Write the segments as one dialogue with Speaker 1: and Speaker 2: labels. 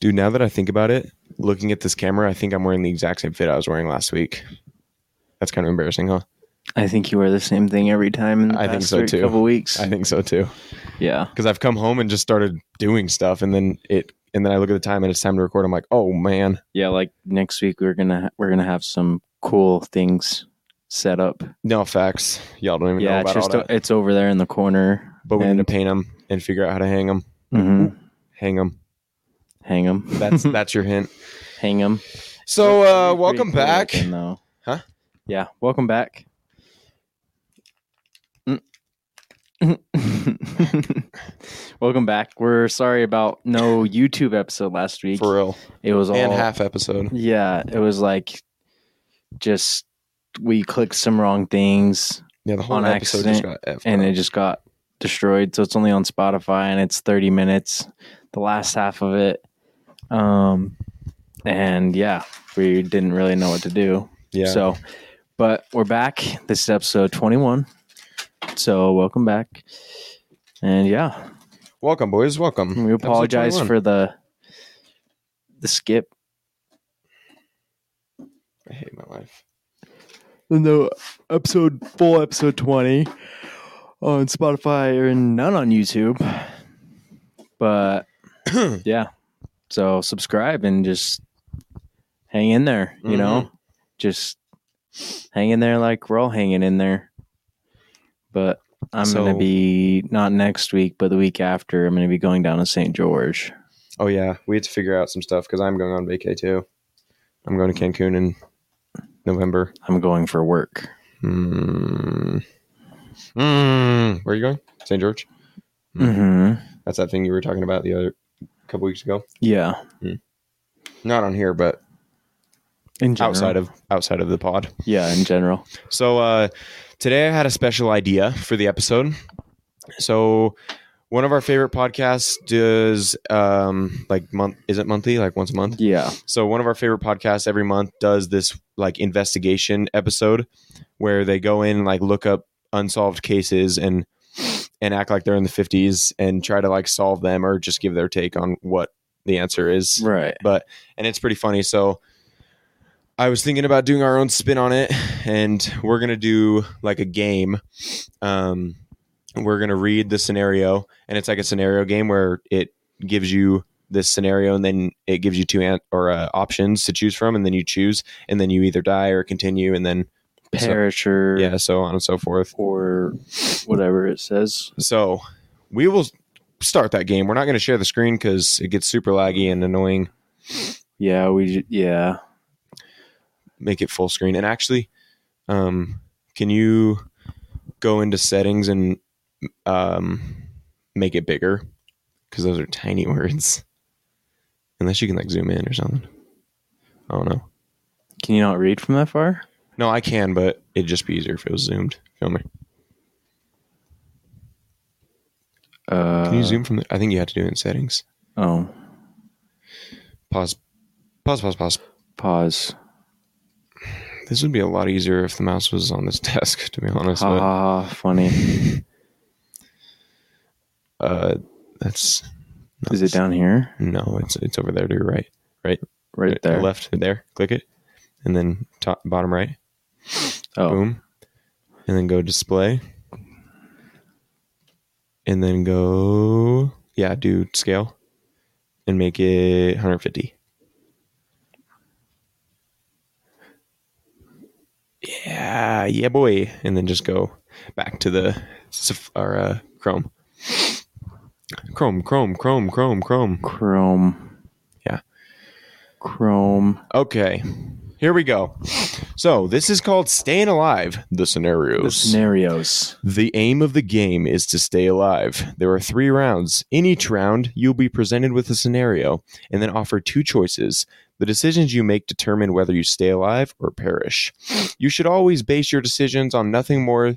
Speaker 1: Dude, now that I think about it, looking at this camera, I think I'm wearing the exact same fit I was wearing last week. That's kind of embarrassing, huh?
Speaker 2: I think you wear the same thing every time in the
Speaker 1: I
Speaker 2: past
Speaker 1: think so,
Speaker 2: three-
Speaker 1: too.
Speaker 2: couple weeks.
Speaker 1: I think so too.
Speaker 2: yeah.
Speaker 1: Because I've come home and just started doing stuff, and then it, and then I look at the time and it's time to record. I'm like, oh man,
Speaker 2: Yeah, like next week we're going to we're going to have some cool things set up.
Speaker 1: no facts. Y'all don't even know
Speaker 2: Yeah, it's
Speaker 1: about all
Speaker 2: just
Speaker 1: that.
Speaker 2: it's over there in the corner.
Speaker 1: but we
Speaker 2: and,
Speaker 1: need to paint them and figure out how to hang them.
Speaker 2: mhm,
Speaker 1: Hang them.
Speaker 2: hang them.
Speaker 1: That's that's your hint.
Speaker 2: hang them.
Speaker 1: So uh, welcome back.
Speaker 2: though.
Speaker 1: Huh?
Speaker 2: Yeah, welcome back. Mm. welcome back. We're sorry about no YouTube episode last week.
Speaker 1: For real,
Speaker 2: It was all
Speaker 1: and half episode.
Speaker 2: Yeah, it was like just we clicked some wrong things
Speaker 1: Yeah, the whole
Speaker 2: On
Speaker 1: episode just got F.
Speaker 2: and it just got destroyed. So it's only on Spotify and it's 30 minutes, the last half of it. Um and yeah, we didn't really know what to do.
Speaker 1: yeah,
Speaker 2: So, but we're back. This is episode 21. So, welcome back. And yeah,
Speaker 1: welcome boys, welcome.
Speaker 2: we
Speaker 1: Episode
Speaker 2: apologize
Speaker 1: 21.
Speaker 2: for the the skip.
Speaker 1: I hate my life.
Speaker 2: No episode full episode 20 on Spotify or none on YouTube. But yeah. So, subscribe and just hang in there, you know?
Speaker 1: Mm-hmm.
Speaker 2: Just hang in there like we're all hanging in there. But I'm
Speaker 1: So-
Speaker 2: gonna be not next week, but the week after. I'm gonna be going down to St. George.
Speaker 1: Oh yeah, we had to figure out some stuff because I'm going on vacay too. I'm going to Cancun in November.
Speaker 2: I'm going for work.
Speaker 1: Mm. Mm. Where are you going? St. George.
Speaker 2: Mm-hmm.
Speaker 1: That's that thing you were talking about the other couple weeks ago.
Speaker 2: Yeah.
Speaker 1: Not on here, but
Speaker 2: In general.
Speaker 1: outside of outside of the pod.
Speaker 2: yeah, in general.
Speaker 1: So uh, today I had a special idea for the episode. So one of our favorite podcasts does um, like month is it monthly like once a month.
Speaker 2: Yeah.
Speaker 1: So one of our favorite podcasts every month does this like investigation episode where they go in and like look up unsolved cases and and act like they're in the 50s and try to like solve them or just give their take on what the answer is
Speaker 2: Right.
Speaker 1: but and it's pretty funny so i was thinking about doing our own spin on it and we're gonna do like a game um we're gonna read the scenario and it's like a scenario game where it gives you this scenario and then it gives you two an- or uh, options to choose from and then you choose and then you either die or continue and then so-
Speaker 2: Parish or
Speaker 1: yeah so on and so forth
Speaker 2: or whatever it says.
Speaker 1: so we will start that game we're not going to share the screen because it gets super laggy and annoying
Speaker 2: Yeah, we ju- yeah.
Speaker 1: make it full screen. And actually, um, can you go into settings and um, make it bigger? Because those are tiny words. Unless you can like zoom in or something. I don't know.
Speaker 2: Can you not read from that far?
Speaker 1: No, I can, but it'd just be easier if it was zoomed. Feel me?
Speaker 2: Uh,
Speaker 1: Can you zoom from? The, I think you have to do it in settings.
Speaker 2: Oh,
Speaker 1: Pause. Pause. Pause. Pause.
Speaker 2: pause.
Speaker 1: This would be a lot easier if the mouse was on this desk. To be honest,
Speaker 2: Ha
Speaker 1: but
Speaker 2: ha ha! Funny.
Speaker 1: uh, that's
Speaker 2: Is it down here?
Speaker 1: no. It's it's over there to your right. Right.
Speaker 2: Right there.
Speaker 1: left there. Click it, and then top bottom right.
Speaker 2: Oh,
Speaker 1: Boom, and then go display, and then go yeah, do scale, and make it 150. Yeah, yeah, boy, and then just go back to the Saf- or uh, Chrome. Chrome, Chrome, Chrome, Chrome, Chrome.
Speaker 2: Chrome.
Speaker 1: Yeah.
Speaker 2: Chrome.
Speaker 1: Okay, here we go. So this is called "Staying Alive." The scenarios.
Speaker 2: The scenarios.
Speaker 1: The aim of the game is to stay alive. There are three rounds. In each round, you'll be presented with a scenario and then offer two choices. The decisions you make determine whether you stay alive or perish. You should always base your decisions on nothing more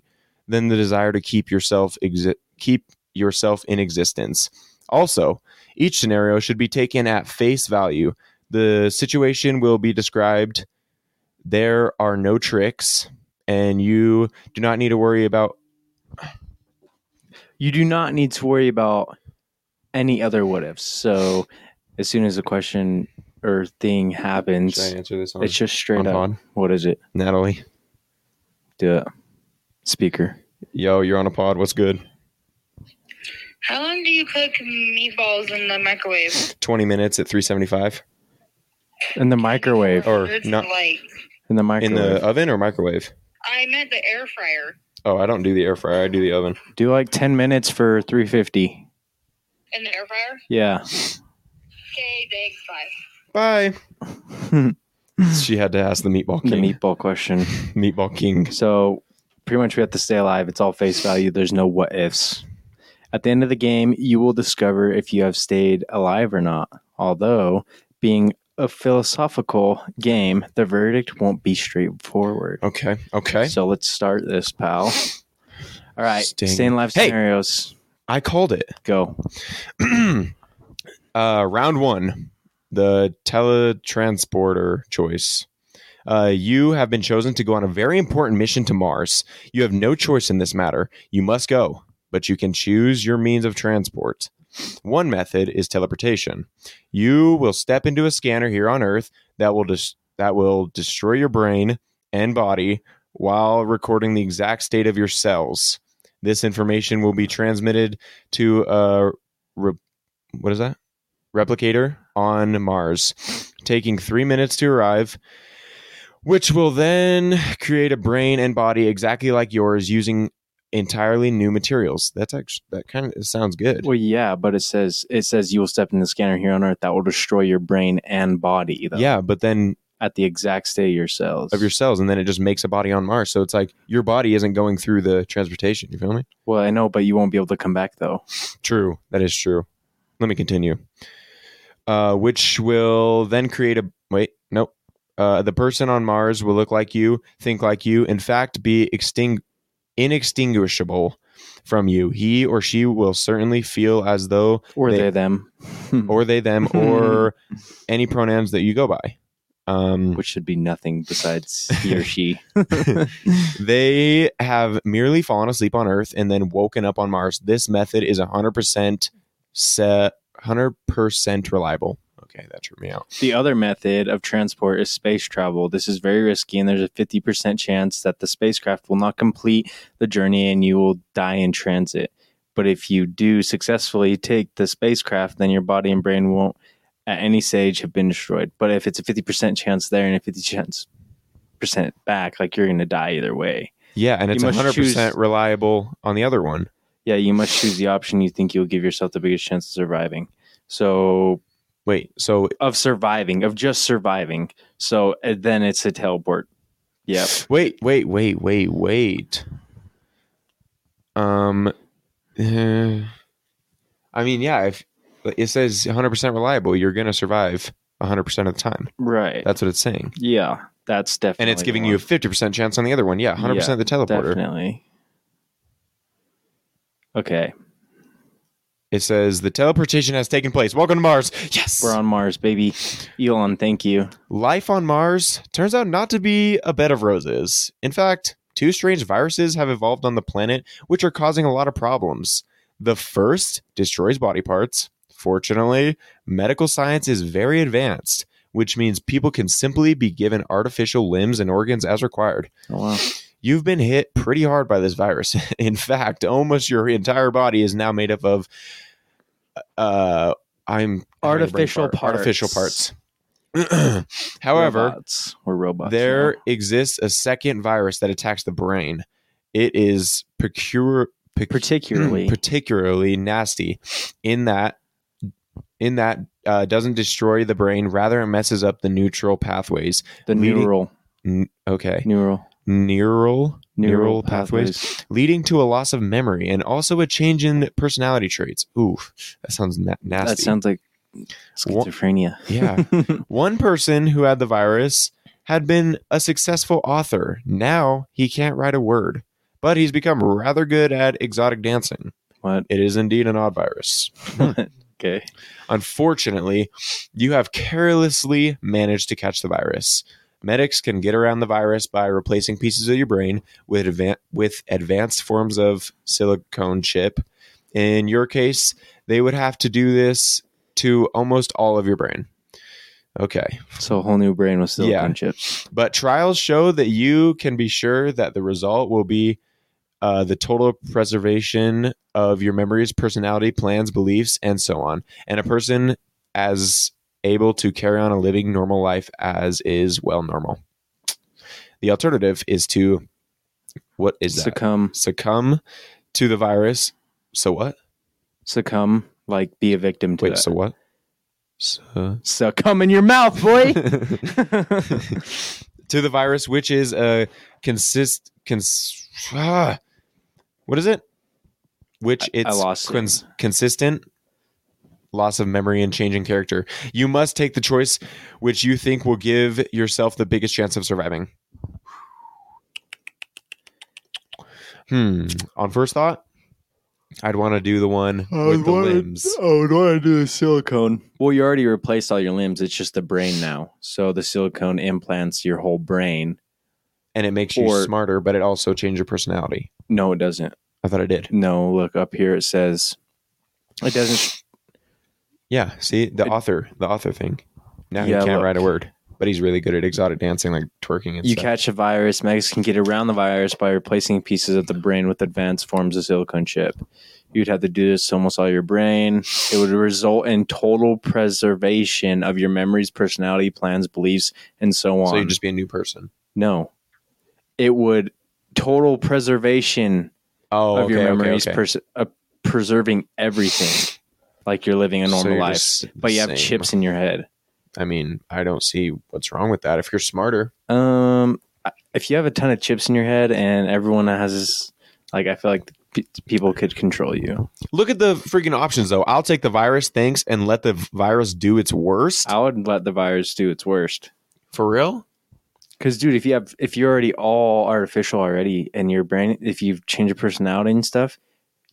Speaker 1: than the desire to keep yourself exi- keep yourself in existence. Also, each scenario should be taken at face value. The situation will be described. There are no tricks, and you do not need to worry about
Speaker 2: You do not need to worry about any other what ifs. So as soon as a question or thing happens,
Speaker 1: Should I answer this on,
Speaker 2: it's just straight
Speaker 1: on
Speaker 2: up.
Speaker 1: pod?
Speaker 2: What is it?
Speaker 1: Natalie?
Speaker 2: Do it. Speaker.
Speaker 1: Yo, you're on a pod. What's good?
Speaker 3: How long do you cook meatballs in the microwave?
Speaker 1: 20 minutes at 375
Speaker 2: In the microwave.
Speaker 1: Or
Speaker 3: It's
Speaker 1: not-
Speaker 3: like
Speaker 2: In the
Speaker 1: in
Speaker 2: microwave.
Speaker 1: the oven or microwave?
Speaker 3: I meant the air fryer.
Speaker 1: Oh, I don't do the air fryer. I do the oven.
Speaker 2: Do like ten minutes for three fifty.
Speaker 3: In the air fryer?
Speaker 2: Yeah.
Speaker 3: Okay, day five.
Speaker 1: Bye.
Speaker 2: the
Speaker 1: She had to ask the meatball king.
Speaker 2: meatball question.
Speaker 1: meatball king.
Speaker 2: So pretty much we have to stay alive. It's all face value. There's no what ifs. At the end of the game, you will discover if you have stayed alive or not. Although being a philosophical game, the verdict won't be straightforward.
Speaker 1: Okay. Okay.
Speaker 2: So let's start this, pal. All right.
Speaker 1: Sting.
Speaker 2: Staying alive
Speaker 1: Hey!
Speaker 2: scenarios.
Speaker 1: I called it.
Speaker 2: Go.
Speaker 1: uh, round one, the teletransporter choice. Uh, you have been chosen to go on a very important mission to Mars. You have no choice in this matter. You must go, but you can choose your means of transport. One method is teleportation. You will step into a scanner here on Earth that will dis- that will destroy your brain and body while recording the exact state of your cells. This information will be transmitted to a re- what is that? replicator on Mars, taking three minutes to arrive, which will then create a brain and body exactly like yours using entirely new materials. That's actually that kind of sounds good.
Speaker 2: Well, yeah, but it says it says you will step in the scanner here on Earth that will destroy your brain and body. Though,
Speaker 1: Yeah, but then
Speaker 2: at the exact state of your cells.
Speaker 1: of your cells, and then it just makes a body on Mars. So it's like your body isn't going through the transportation. You feel me?
Speaker 2: well, I know, but you won't be able to come back though.
Speaker 1: True. That is true. Let me continue. Uh, which will then create a wait. Nope. Uh, the person on Mars will look like you, think like you. In fact, be extinct, inextinguishable from you. He or she will certainly feel as though,
Speaker 2: Or
Speaker 1: They-
Speaker 2: they, them,
Speaker 1: or they, them, or any pronouns that you go by. Um,
Speaker 2: which should be nothing besides he or she.
Speaker 1: they have merely fallen asleep on Earth and then woken up on Mars. This method is 100% set, 100% reliable. Okay, that threw me out.
Speaker 2: the other method of transport is space travel. This is very risky, and there's a fifty percent chance that the spacecraft will not complete the journey, and you will die in transit. But if you do successfully take the spacecraft, then your body and brain won't, at any stage, have been destroyed. But if it's a fifty percent chance there and a fifty chance percent back, like you're going to die either way.
Speaker 1: Yeah, and it's
Speaker 2: You must
Speaker 1: 100%
Speaker 2: choose-
Speaker 1: reliable on the other one.
Speaker 2: Yeah, you must choose the option you think you'll give yourself the biggest chance of surviving. So
Speaker 1: Wait, so
Speaker 2: of surviving, of just surviving. So uh, then it's a teleport. Yeah.
Speaker 1: wait, wait, wait, wait, wait. Um eh, I mean, yeah, if it says 100% reliable, you're going to survive 100% of the time.
Speaker 2: Right.
Speaker 1: That's what it's saying.
Speaker 2: yeah. That's definitely.
Speaker 1: And it's
Speaker 2: the
Speaker 1: giving you a
Speaker 2: one.
Speaker 1: 50% chance on the other one. Yeah, 100% the teleporter.
Speaker 2: Definitely. Okay.
Speaker 1: It says the teleportation has taken place. Welcome to Mars. Yes.
Speaker 2: We're on Mars, baby. Elon, thank you.
Speaker 1: Life on Mars turns out not to be a bed of roses. In fact, two strange viruses have evolved on the planet, which are causing a lot of problems. The first destroys body parts. Fortunately, medical science is very advanced, which means people can simply be given artificial limbs and organs as required.
Speaker 2: Oh, wow.
Speaker 1: You've been hit pretty hard by this virus. In fact, almost your entire body is now made up of uh I'm having a brain
Speaker 2: Artificial
Speaker 1: fart. Artificial
Speaker 2: parts.
Speaker 1: parts. However,
Speaker 2: robots. we're robots.
Speaker 1: there
Speaker 2: now.
Speaker 1: exists a second virus that attacks the brain. It is pecur- pec-
Speaker 2: particularly
Speaker 1: particularly nasty in that in that uh, doesn't destroy the brain, rather it messes up the neutral pathways.
Speaker 2: the
Speaker 1: leading-
Speaker 2: neural,
Speaker 1: N- okay,
Speaker 2: neural,
Speaker 1: neural Neural
Speaker 2: pathways.
Speaker 1: leading to a loss of memory and also a change in personality traits. Oof, that sounds na- nasty.
Speaker 2: That sounds like
Speaker 1: Wha-
Speaker 2: schizophrenia.
Speaker 1: yeah. One person who had the virus had been a successful author. Now he can't write a word, but he's become rather good at exotic dancing.
Speaker 2: what?
Speaker 1: It is indeed an odd virus.
Speaker 2: Okay.
Speaker 1: Unfortunately, you have carelessly managed to catch the virus. Medics can get around the virus by replacing pieces of your brain with advan- with advanced forms of silicone chip. In your case, they would have to do this to almost all of your brain. Okay.
Speaker 2: So a whole new brain with silicon
Speaker 1: Yeah.
Speaker 2: chips.
Speaker 1: But trials show that you can be sure that the result will be uh, the total preservation of your memories, personality, plans, beliefs, and so on. And a person as able to carry on a living normal life as is well normal. The alternative is to what is that?
Speaker 2: Succumb,
Speaker 1: Succumb to the virus. So what?
Speaker 2: succumb, like be a victim to
Speaker 1: Wait,
Speaker 2: that.
Speaker 1: so what? So-
Speaker 2: succumb in your mouth, boy.
Speaker 1: to the virus, which is a consist cons. Ah, what is it? Which it's
Speaker 2: lost it.
Speaker 1: cons- consistent loss of memory and change in character. You must take the choice which you think will give yourself the biggest chance of surviving. Hmm. On first thought, I'd want to do the one with the limbs.
Speaker 2: would want to Oh, do the silicone. Well, you already replaced all your limbs. It's just the brain now. So the silicone implants your whole brain.
Speaker 1: and it makes you
Speaker 2: Or-
Speaker 1: smarter, but it also changed your personality.
Speaker 2: No, it doesn't.
Speaker 1: I thought it did.
Speaker 2: No, look up here. It says it doesn't.
Speaker 1: Yeah. See the
Speaker 2: It-
Speaker 1: author, the author thing. Now
Speaker 2: Yeah,
Speaker 1: he can't
Speaker 2: look.
Speaker 1: write a word, but he's really good at exotic dancing, like twerking and
Speaker 2: You
Speaker 1: stuff.
Speaker 2: catch a virus. Medics can get around the virus by replacing pieces of the brain with advanced forms of silicone chip. You'd have to do this to almost all your brain. It would result in total preservation of your memories, personality, plans, beliefs, and so on.
Speaker 1: so you just be a new person.
Speaker 2: No. It would total preservation
Speaker 1: Oh,
Speaker 2: of your
Speaker 1: okay, okay,
Speaker 2: memories,
Speaker 1: okay.
Speaker 2: pers- uh, preserving everything like you're living a
Speaker 1: So
Speaker 2: normal
Speaker 1: you're
Speaker 2: life.
Speaker 1: just the
Speaker 2: But you have
Speaker 1: same.
Speaker 2: chips in your head.
Speaker 1: I mean, I don't see what's wrong with that. If you're smarter,
Speaker 2: Um, I- if you have a ton of chips in your head and everyone has this, like, I feel like p- people could control you.
Speaker 1: look at the freaking options though. I'll take the virus, thanks, and let the virus do its worst.
Speaker 2: I would let the virus do its worst.
Speaker 1: For real?
Speaker 2: Because, dude, if you have, if you're already all artificial already and your brain, if you've changed your personality and stuff,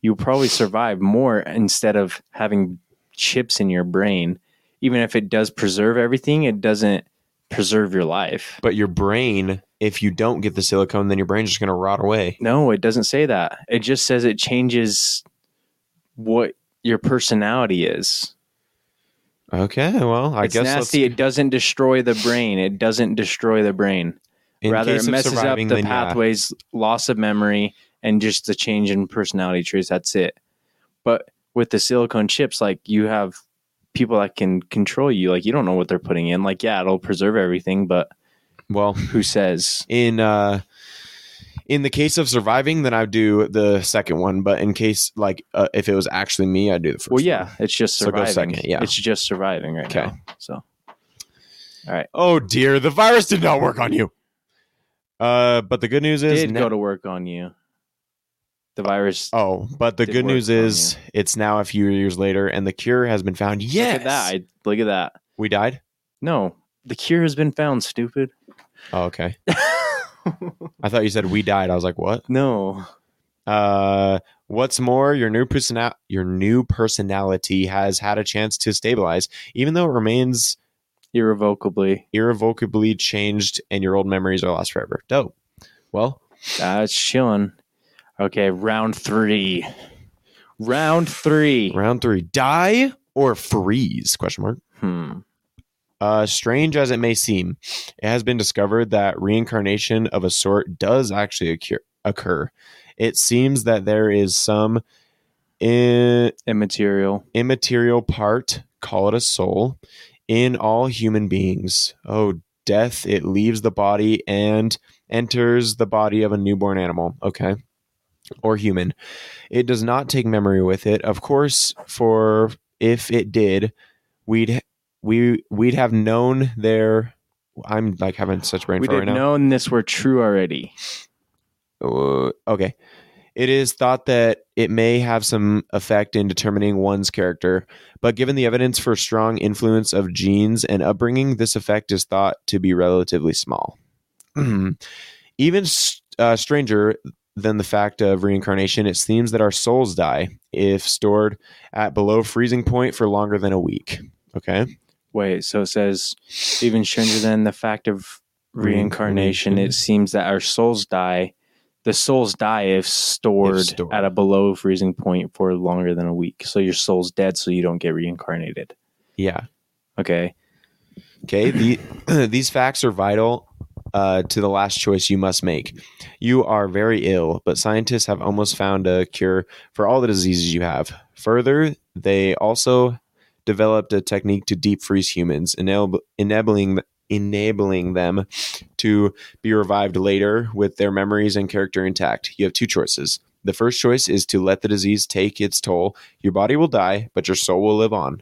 Speaker 2: you'll probably survive more instead of having chips in your brain. Even if it does preserve everything, it doesn't preserve your life.
Speaker 1: But your brain, if you don't get the silicone, then your brain's just gonna rot away.
Speaker 2: No, it doesn't say that. It just says it changes what your personality is.
Speaker 1: Okay, well, I
Speaker 2: it's
Speaker 1: guess let's-
Speaker 2: nasty. It doesn't destroy the brain. It doesn't destroy the brain.
Speaker 1: in
Speaker 2: rather
Speaker 1: case
Speaker 2: it
Speaker 1: of
Speaker 2: messes up
Speaker 1: surviving,
Speaker 2: the
Speaker 1: then yeah.
Speaker 2: pathways loss of memory and just the change in personality traits that's it but with the silicone chips like you have people that can control you like you don't know what they're putting in like yeah it'll preserve everything but
Speaker 1: Well,
Speaker 2: who says
Speaker 1: in uh in the case of surviving then i'd do the second one but in case like uh, if it was actually me i'd do the first
Speaker 2: well yeah
Speaker 1: one.
Speaker 2: it's just
Speaker 1: So go
Speaker 2: surviving
Speaker 1: second, yeah.
Speaker 2: it's just surviving right
Speaker 1: Okay.
Speaker 2: now so
Speaker 1: oh dear the virus did not work on you uh but the good news is
Speaker 2: did
Speaker 1: na-
Speaker 2: go to work on you the virus
Speaker 1: oh but the
Speaker 2: Did
Speaker 1: good
Speaker 2: work
Speaker 1: news
Speaker 2: on
Speaker 1: is it's now a few years later and the cure has been found yes
Speaker 2: look at that I, look at that
Speaker 1: we died
Speaker 2: no the cure has been found stupid
Speaker 1: oh okay i thought you said we died i was like what
Speaker 2: no
Speaker 1: Uh, what's more, your new persona- your new personality has had a chance to stabilize, even though it remains
Speaker 2: irrevocably
Speaker 1: irrevocably changed and your old memories are lost forever. Dope. Well,
Speaker 2: That's Ah, chilling. Okay, round three. Round three.
Speaker 1: round three: die or freeze? Question mark.
Speaker 2: Hmm.
Speaker 1: Uh, strange as it may seem, it has been discovered that reincarnation of a sort does actually occur. occur. It seems that there is some i-
Speaker 2: Immaterial.
Speaker 1: immaterial part, call it a soul, in all human beings. Oh, death! It leaves the body and enters the body of a newborn animal. Okay. Or human. It does not take memory with it. Of course, for if it did, we'd we we'd have known there I'm like having such brain
Speaker 2: we
Speaker 1: fart
Speaker 2: did
Speaker 1: right
Speaker 2: not
Speaker 1: now.
Speaker 2: known this were true already.
Speaker 1: Uh, okay. It is thought that it may have some effect in determining one's character, but given the evidence for strong influence of genes and upbringing, this effect is thought to be relatively small. Even s- uh, stranger than the fact of reincarnation, it seems that our souls die if stored at below freezing point for longer than a week. Okay.
Speaker 2: Wait, so it says even stranger than the fact of reincarnation,
Speaker 1: Reincarnation.
Speaker 2: it seems that our souls die. The souls die if stored,
Speaker 1: If stored.
Speaker 2: at a below freezing point for longer than a week. So your soul's dead, so you don't get reincarnated.
Speaker 1: Yeah.
Speaker 2: Okay.
Speaker 1: Okay. The, these facts are vital uh, to the last choice you must make. You are very ill, but scientists have almost found a cure for all the diseases you have. Further, they also developed a technique to deep freeze humans, enab- enabling enabling them to be revived later with their memories and character intact. You have two choices. The first choice is to let the disease take its toll. Your body will die, but your soul will live on.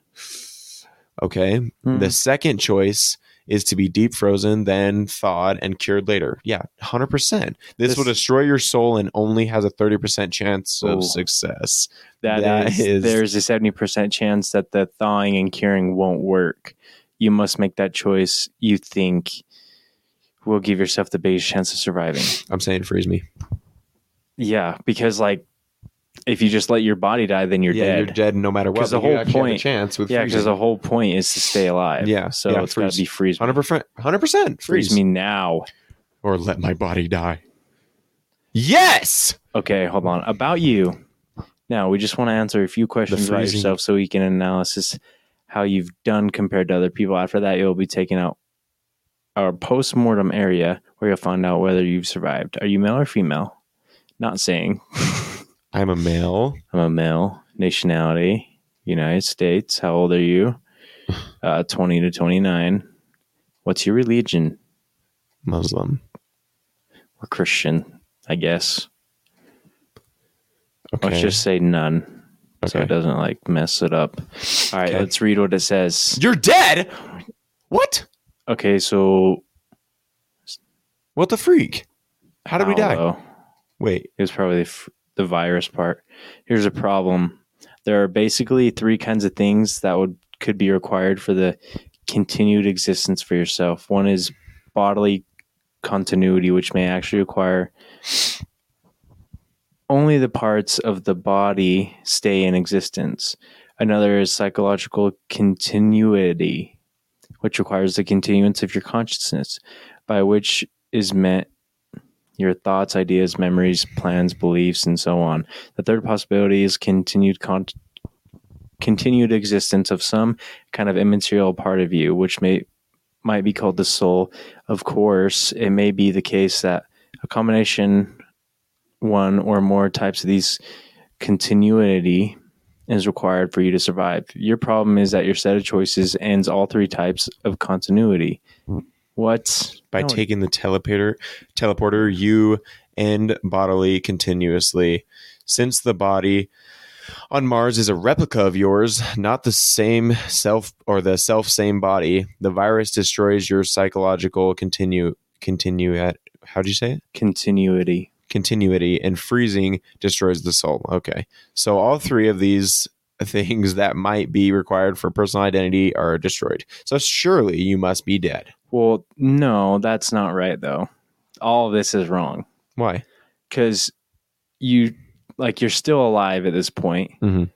Speaker 1: Okay.
Speaker 2: Hmm.
Speaker 1: The second choice is to be deep frozen, then thawed and cured later. Yeah, 100%. This,
Speaker 2: This-
Speaker 1: will destroy your soul and only has a 30% chance
Speaker 2: Ooh.
Speaker 1: of success. That
Speaker 2: that is,
Speaker 1: is-
Speaker 2: there's a 70% chance that the thawing and curing won't work. You must make that choice you think will give yourself the biggest chance of surviving.
Speaker 1: I'm saying freeze me.
Speaker 2: Yeah, because like if you just let your body die, then you're
Speaker 1: yeah,
Speaker 2: dead.
Speaker 1: you're dead no matter what.
Speaker 2: 'Cause the
Speaker 1: but you
Speaker 2: whole
Speaker 1: actually have a
Speaker 2: point-
Speaker 1: chance with
Speaker 2: Yeah, because
Speaker 1: freezing.
Speaker 2: the whole point is to stay alive.
Speaker 1: Yeah,
Speaker 2: so
Speaker 1: yeah,
Speaker 2: it's got
Speaker 1: freeze.
Speaker 2: to be freeze.
Speaker 1: 100%, 100%
Speaker 2: Freeze.
Speaker 1: freeze.
Speaker 2: me now.
Speaker 1: or let my body die. Yes.
Speaker 2: Okay, hold on. About you. Now we just want to answer a few questions about
Speaker 1: freezing.
Speaker 2: yourself, so we can analysis how you've done compared to other people. After that, you'll be taken out our post-mortem area, where you'll find out whether you've survived. Are you male or female? Not saying.
Speaker 1: I'm a male.
Speaker 2: I'm a male. Nationality, United States. How old are you? Uh, 20 to 29. What's your religion?
Speaker 1: Muslim.
Speaker 2: Oh, We're Christian, I guess.
Speaker 1: Okay.
Speaker 2: Let's just say none. So
Speaker 1: Okay.
Speaker 2: it doesn't like mess it up. All right,
Speaker 1: Okay.
Speaker 2: let's read what it says.
Speaker 1: You're dead. What?
Speaker 2: Okay, so
Speaker 1: What the freak? How did we
Speaker 2: I
Speaker 1: die?
Speaker 2: don't know.
Speaker 1: Wait.
Speaker 2: It was probably the, f- the virus part. Here's a problem. There are basically three kinds of things that would could be required for the continued existence for yourself. One is bodily continuity, which may actually require only the parts of the body stay in existence. Another is psychological continuity, which requires the continuance of your consciousness, by which is meant your thoughts, ideas, memories, plans, beliefs, and so on. The third possibility is continued con- continued existence of some kind of immaterial part of you, which may might be called the soul. Of course, it may be the case that a combination one or more types of these continuity is required for you to survive. Your problem is that your set of choices ends all three types of continuity. What
Speaker 1: By
Speaker 2: No,
Speaker 1: taking the teleporter, teleporter, you end bodily continuously. Since the body on Mars is a replica of yours, not the same self or the self same body, the virus destroys your psychological continue continue at. How do you say it?
Speaker 2: continuity?
Speaker 1: continuity and freezing destroys the soul. Okay. So all three of these things that might be required for personal identity are destroyed. So surely you must be dead.
Speaker 2: Well, no, that's not right though. All of this is wrong
Speaker 1: Why?
Speaker 2: because you like you're still alive at this point.
Speaker 1: Mhm.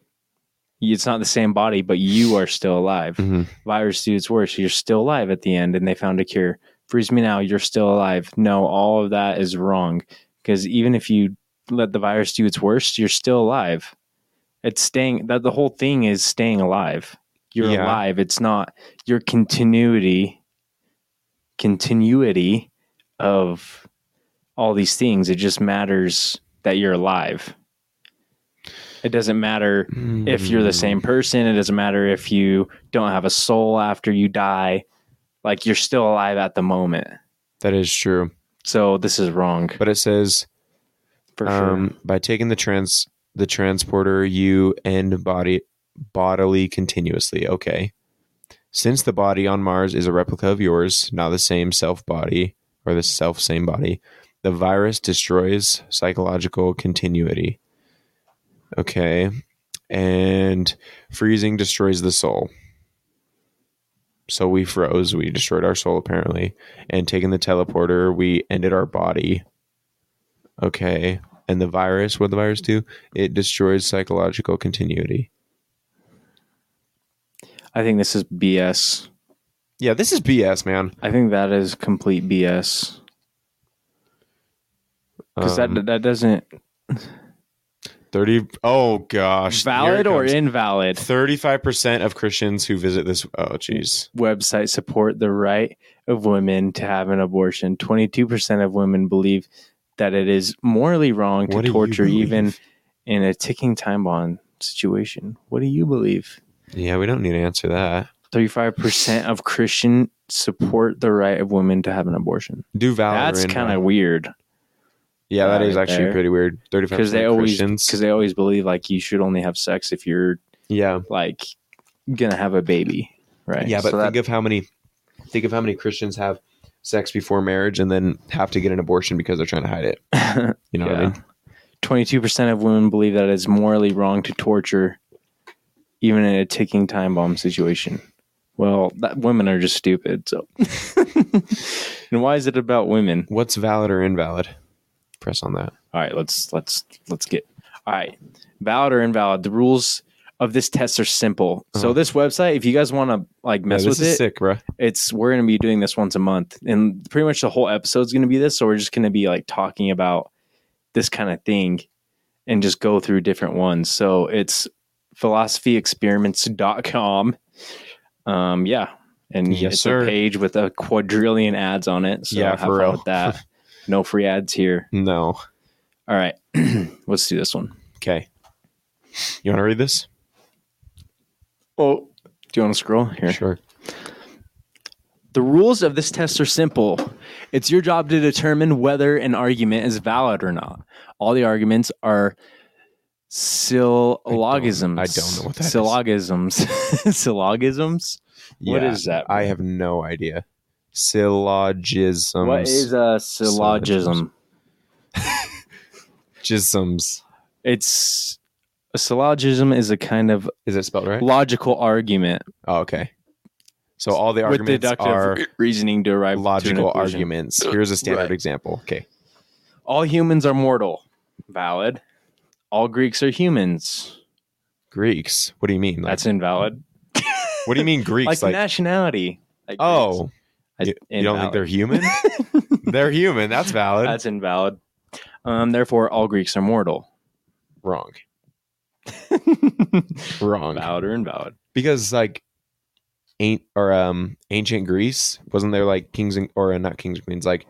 Speaker 2: It's not the same body, but you are still alive.
Speaker 1: Mhm.
Speaker 2: Virus dudes worse. You're still alive at the end, and they found a cure. Freeze me now. You're still alive. No, all of that is wrong because even if you let the virus do its worst, you're still alive. It's staying that the whole thing is staying alive. You're
Speaker 1: Yeah.
Speaker 2: alive. It's not your continuity continuity of all these things. It just matters that you're alive. It doesn't matter if you're the
Speaker 1: Mm.
Speaker 2: same person. It doesn't matter if you don't have a soul after you die. Like you're still alive at the moment.
Speaker 1: That is true.
Speaker 2: So this is wrong
Speaker 1: But it says
Speaker 2: for
Speaker 1: um, by taking the trans the transporter you end body bodily continuously okay since the body on mars is a replica of yours not the same self body or the self same body the virus destroys psychological continuity okay and freezing destroys the soul so we froze we destroyed our soul apparently and taking the teleporter we ended our body okay and the virus what the virus do it destroys psychological continuity
Speaker 2: sure. I think this is BS.
Speaker 1: yeah this is bs man
Speaker 2: I think that is complete BS because
Speaker 1: Um,
Speaker 2: that that doesn't
Speaker 1: Thirty. Oh gosh,
Speaker 2: Valid or invalid?
Speaker 1: thirty-five percent of Christians who visit this. Oh, jeez.
Speaker 2: Website support the right of women to have an abortion. 22% of women believe that it is morally wrong to
Speaker 1: What do you
Speaker 2: torture even
Speaker 1: believe?
Speaker 2: in a ticking time bomb situation. What do you believe?
Speaker 1: Yeah, we don't need to answer that.
Speaker 2: 35% of Christian support the right of women to have an abortion.
Speaker 1: Do valid.
Speaker 2: That's kind of weird
Speaker 1: Yeah, that is
Speaker 2: right
Speaker 1: actually
Speaker 2: there.
Speaker 1: pretty weird. Thirty-five
Speaker 2: because they
Speaker 1: percent
Speaker 2: always
Speaker 1: Christians.
Speaker 2: because they always believe like you should only have sex if you're
Speaker 1: yeah,
Speaker 2: like gonna have a baby, right?
Speaker 1: yeah, but
Speaker 2: So that-
Speaker 1: think of how many. Think of how many Christians have sex before marriage and then have to get an abortion because they're trying to hide it. You know what I
Speaker 2: Yeah.
Speaker 1: mean?
Speaker 2: 22% of women believe that it's morally wrong to torture even in a ticking time bomb situation. Well, that women are just stupid. So And why is it about women?
Speaker 1: What's valid or invalid? Press on that.
Speaker 2: All right, let's let's let's get. All right, valid or invalid? The rules of this test are simple. So
Speaker 1: Uh-huh.
Speaker 2: this website, if you guys want to like mess
Speaker 1: Yeah, this
Speaker 2: with
Speaker 1: is
Speaker 2: it,
Speaker 1: sick, bro.
Speaker 2: it's we're going to be doing this once a month, and pretty much the whole episode's going to be this. So we're just going to be like talking about this kind of thing, and just go through different ones. So it's philosophyexperiments.com. Um, yeah, and
Speaker 1: Yes,
Speaker 2: it's
Speaker 1: sir.
Speaker 2: a page with a quadrillion ads on it. So
Speaker 1: Yeah,
Speaker 2: have
Speaker 1: for
Speaker 2: fun
Speaker 1: real.
Speaker 2: with that. No free ads here.
Speaker 1: No.
Speaker 2: All right, let's do this one.
Speaker 1: Okay. You want to read this?
Speaker 2: Oh, do you want to scroll here?
Speaker 1: Sure.
Speaker 2: The rules of this test are simple. It's your job to determine whether an argument is valid or not. All the arguments are syllogisms.
Speaker 1: I don't know what that is.
Speaker 2: syllogisms. syllogisms. What is that?
Speaker 1: I have no idea. Syllogisms.
Speaker 2: what is a
Speaker 1: syllogism?
Speaker 2: syllogism?
Speaker 1: Jisms.
Speaker 2: It's a syllogism is a kind of
Speaker 1: Is it spelled right?
Speaker 2: logical argument
Speaker 1: Oh, okay. So all the
Speaker 2: with
Speaker 1: arguments
Speaker 2: deductive
Speaker 1: are
Speaker 2: reasoning to arrive to an
Speaker 1: logical
Speaker 2: conclusion.
Speaker 1: arguments. Here's a standard
Speaker 2: Right.
Speaker 1: example. Okay.
Speaker 2: All humans are mortal. Valid. All Greeks are humans.
Speaker 1: Greeks. What do you mean? Like,
Speaker 2: That's invalid.
Speaker 1: what do you mean Greeks?
Speaker 2: Like,
Speaker 1: Like,
Speaker 2: nationality. Like Greeks.
Speaker 1: oh,
Speaker 2: That's
Speaker 1: you, you don't think
Speaker 2: invalid.
Speaker 1: they're human? they're human. That's valid.
Speaker 2: That's invalid. Um, therefore, all Greeks are mortal.
Speaker 1: wrong.
Speaker 2: valid
Speaker 1: Wrong.
Speaker 2: or invalid?
Speaker 1: Because like, ain't or um ancient Greece wasn't there like kings and or uh, not kings and queens like,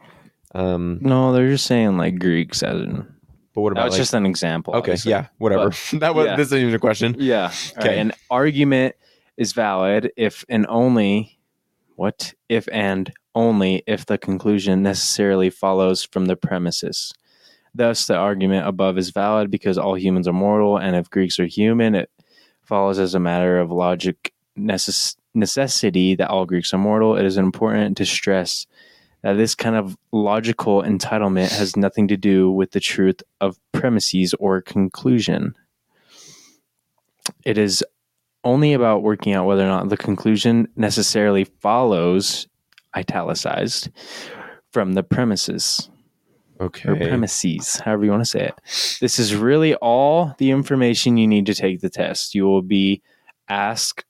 Speaker 1: um.
Speaker 2: No, they're just saying like Greeks as in.
Speaker 1: But what
Speaker 2: That
Speaker 1: about
Speaker 2: was
Speaker 1: like,
Speaker 2: just an example.
Speaker 1: Okay,
Speaker 2: obviously.
Speaker 1: yeah, whatever. that was
Speaker 2: yeah.
Speaker 1: this isn't even a question.
Speaker 2: Yeah. Okay.
Speaker 1: Okay.
Speaker 2: An argument is valid if and only what if and only if the conclusion necessarily follows from the premises. Thus, the argument above is valid because all humans are mortal, and if Greeks are human, it follows as a matter of logic necess- necessity that all Greeks are mortal. It is important to stress that this kind of logical entitlement has nothing to do with the truth of premises or conclusion it is only about working out whether or not the conclusion necessarily follows italicized from the premises
Speaker 1: Okay.
Speaker 2: or premises however you want to say it this is really all the information you need to take the test you will be asked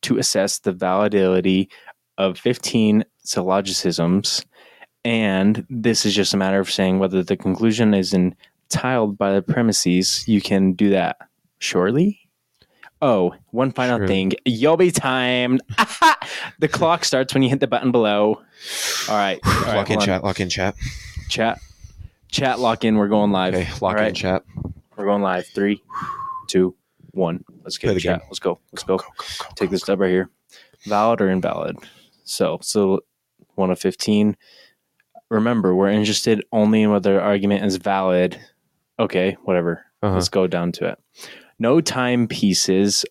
Speaker 2: to assess the validity of 15 syllogisms and this is just a matter of saying whether the conclusion is entitled by the premises you can do that surely Oh, one final
Speaker 1: Sure.
Speaker 2: thing. You'll be timed. the clock starts when you hit the button below. All right. All right,
Speaker 1: lock in
Speaker 2: hold on.
Speaker 1: chat. Lock in chat.
Speaker 2: Chat. Chat lock in. We're going live.
Speaker 1: Okay. Lock
Speaker 2: All
Speaker 1: in
Speaker 2: right,
Speaker 1: chat.
Speaker 2: We're going live. Three, two, one. Let's
Speaker 1: Play
Speaker 2: get
Speaker 1: the
Speaker 2: the chat.
Speaker 1: game.
Speaker 2: Let's go. Let's go.
Speaker 1: Go, go, go,
Speaker 2: Take
Speaker 1: go.
Speaker 2: this dub right here. Valid or invalid? So, so one of 15. Remember, we're interested only in whether the argument is valid. Okay, whatever.
Speaker 1: Uh-huh.
Speaker 2: Let's go down to it. No timepieces.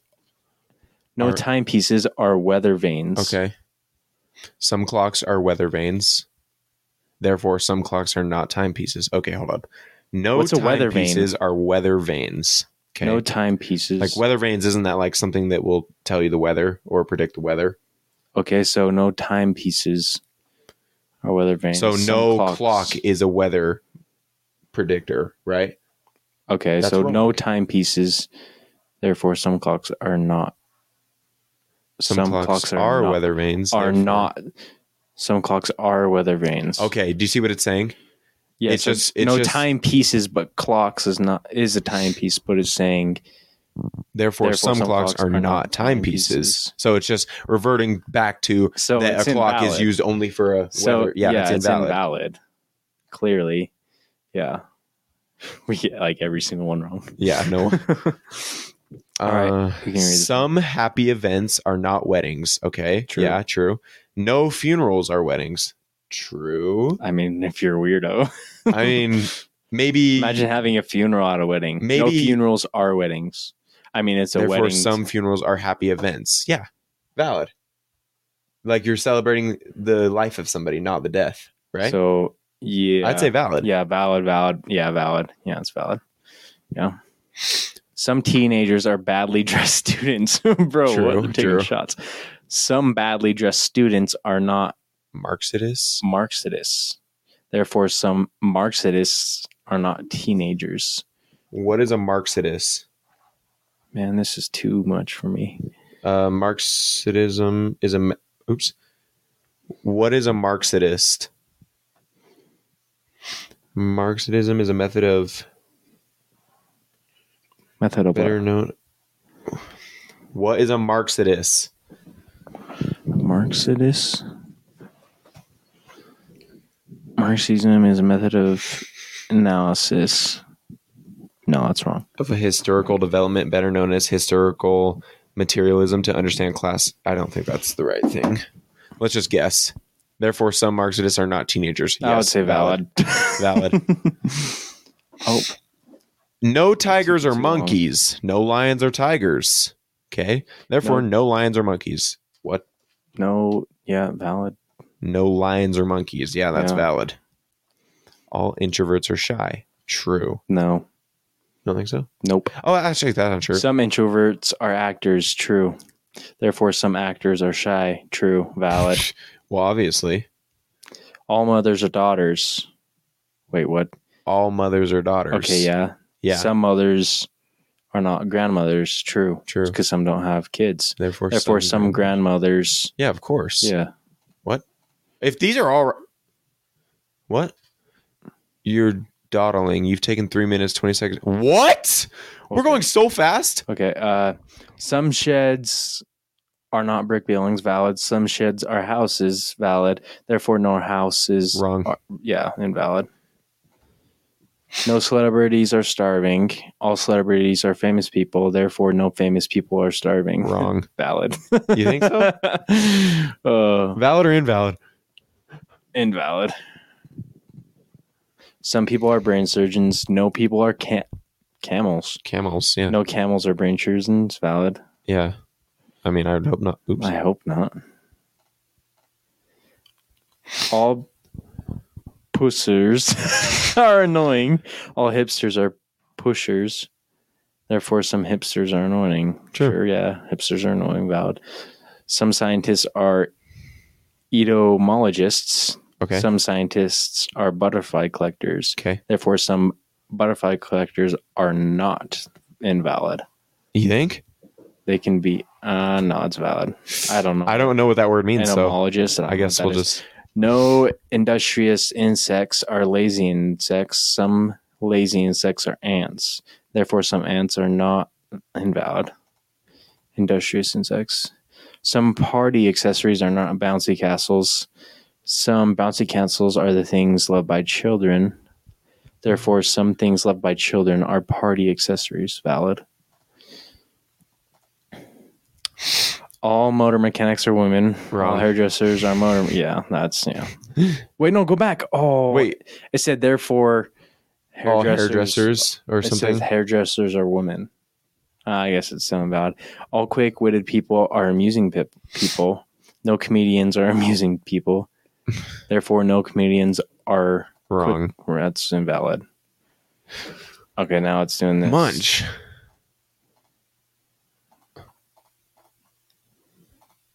Speaker 2: No
Speaker 1: Are-
Speaker 2: timepieces are weather vanes.
Speaker 1: Okay. Some clocks are weather vanes. Therefore, some clocks are not timepieces. Okay, hold on. No
Speaker 2: What's a weather vane?
Speaker 1: timepieces are weather vanes. Okay.
Speaker 2: No timepieces.
Speaker 1: like weather vanes, isn't that like something that will tell you the weather or predict the weather?
Speaker 2: okay, so no timepieces are weather vanes.
Speaker 1: So
Speaker 2: Some
Speaker 1: no
Speaker 2: clocks-
Speaker 1: clock is a weather predictor, right?
Speaker 2: Okay,
Speaker 1: That's
Speaker 2: so
Speaker 1: wrong.
Speaker 2: no timepieces. Therefore, some clocks are not.
Speaker 1: Some, clocks, are,
Speaker 2: not-
Speaker 1: weather vanes.
Speaker 2: Are
Speaker 1: therefore-
Speaker 2: not. Some clocks are weather vanes.
Speaker 1: Okay, do you see what it's saying?
Speaker 2: Yeah,
Speaker 1: It's
Speaker 2: so
Speaker 1: just- it's
Speaker 2: no
Speaker 1: just-
Speaker 2: timepieces, but clocks is not is a timepiece, but it's saying
Speaker 1: Therefore,
Speaker 2: Therefore,
Speaker 1: some, clocks, are, not timepieces.
Speaker 2: timepieces.
Speaker 1: So it's just reverting back to
Speaker 2: so
Speaker 1: that
Speaker 2: it's
Speaker 1: a clock is
Speaker 2: invalid.
Speaker 1: used only for a
Speaker 2: So
Speaker 1: weather-
Speaker 2: yeah, it's, invalid.
Speaker 1: invalid.
Speaker 2: Clearly, yeah, we get like every single one wrong.
Speaker 1: Yeah, no.
Speaker 2: All right,
Speaker 1: Uh,
Speaker 2: you can read this
Speaker 1: some happy events are not weddings. Okay.
Speaker 2: True.
Speaker 1: Yeah, true. No funerals are weddings. True.
Speaker 2: I mean, if you're a weirdo,
Speaker 1: I mean, maybe
Speaker 2: imagine having a funeral at a wedding. no
Speaker 1: Maybe-
Speaker 2: funerals are weddings. I mean, it's a
Speaker 1: therefore
Speaker 2: wedding.
Speaker 1: some funerals are happy events. Yeah, valid. Like you're celebrating the life of somebody, not the death, right?
Speaker 2: So yeah,
Speaker 1: I'd say valid.
Speaker 2: Yeah, valid, valid. Yeah, valid. Yeah, it's valid. Yeah. Some teenagers are badly dressed students. Bro,
Speaker 1: True,
Speaker 2: what? They're taking
Speaker 1: true.
Speaker 2: shots. Some badly dressed students are not
Speaker 1: Marxists.
Speaker 2: Marxists. Therefore, some Marxists are not teenagers.
Speaker 1: What is a Marxist?
Speaker 2: Man, this is too much for me.
Speaker 1: Uh, Marxism is a. m- Oops. What is a Marxist? Marxism is a method of
Speaker 2: Method of
Speaker 1: better known. What is a Marxist?
Speaker 2: Marxists. Marxism is a method of analysis. No, that's wrong.
Speaker 1: of a historical development better known as historical materialism to understand class. I don't think that's the right thing. Let's just guess. Therefore, some Marxists are not teenagers.
Speaker 2: I would say valid.
Speaker 1: Valid.
Speaker 2: oh,
Speaker 1: No tigers or
Speaker 2: Too long.
Speaker 1: monkeys. No lions or tigers. Okay. Therefore, no. lions or monkeys. What?
Speaker 2: No, yeah, valid.
Speaker 1: No lions or monkeys. Yeah, that's
Speaker 2: Yeah.
Speaker 1: valid. All introverts are shy. True.
Speaker 2: No,
Speaker 1: Don't think so.
Speaker 2: nope.
Speaker 1: Oh, I checked that. I'm sure.
Speaker 2: Some introverts are actors. True. Therefore, some actors are shy. True. Valid.
Speaker 1: well, obviously,
Speaker 2: All mothers are daughters. Wait, what?
Speaker 1: all mothers are daughters.
Speaker 2: Okay, yeah.
Speaker 1: Yeah.
Speaker 2: Some mothers are not grandmothers. True.
Speaker 1: True.
Speaker 2: Because some don't have kids.
Speaker 1: Therefore,
Speaker 2: Therefore, some, grandmothers.
Speaker 1: Yeah, of course.
Speaker 2: Yeah.
Speaker 1: If these are all, what? You're dawdling. You've taken three minutes, twenty seconds. What? We're
Speaker 2: Okay.
Speaker 1: going so fast.
Speaker 2: Okay. Uh, some sheds are not brick buildings. Valid. Some sheds are houses. Valid. Therefore, no houses.
Speaker 1: Wrong.
Speaker 2: Are, yeah, invalid. No celebrities are starving. All celebrities are famous people. Therefore, no famous people are starving.
Speaker 1: Wrong.
Speaker 2: Valid.
Speaker 1: You think so?
Speaker 2: uh,
Speaker 1: Valid or invalid?
Speaker 2: invalid. Some people are brain surgeons. No people are cam- camels.
Speaker 1: Camels. Yeah.
Speaker 2: No camels are brain surgeons. Valid.
Speaker 1: Yeah. I mean, I would hope not. Oops.
Speaker 2: I hope not. All pushers are annoying. All hipsters are pushers. Therefore, some hipsters are annoying.
Speaker 1: Sure.
Speaker 2: yeah. Hipsters are annoying, valid. Some scientists are etymologists.
Speaker 1: Okay.
Speaker 2: Some scientists are butterfly collectors.
Speaker 1: okay.
Speaker 2: Therefore, some butterfly collectors are not invalid.
Speaker 1: You think?
Speaker 2: They can be, uh, no, it's valid. I don't know
Speaker 1: I don't know what that word means, so
Speaker 2: entomologist. and
Speaker 1: I guess
Speaker 2: don't
Speaker 1: we'll
Speaker 2: know what that is.
Speaker 1: just.
Speaker 2: no industrious insects are lazy insects. Some lazy insects are ants. Therefore, some ants are not invalid. Industrious insects. Some party accessories are not bouncy castles. Some bouncy castles are the things loved by children. Therefore, some things loved by children are party accessories. Valid. All motor mechanics are women.
Speaker 1: Wrong.
Speaker 2: All hairdressers are motor. Yeah, that's yeah. Wait, no, go back. Oh,
Speaker 1: Wait,
Speaker 2: It said therefore.
Speaker 1: all hairdressers or
Speaker 2: It
Speaker 1: something?
Speaker 2: says hairdressers are women. Uh, I guess it's something about all quick-witted people are amusing pip- people. No comedians are amusing people. Therefore, no comedians are
Speaker 1: Wrong.
Speaker 2: Quick, that's invalid. Okay, now it's doing this.
Speaker 1: Munch.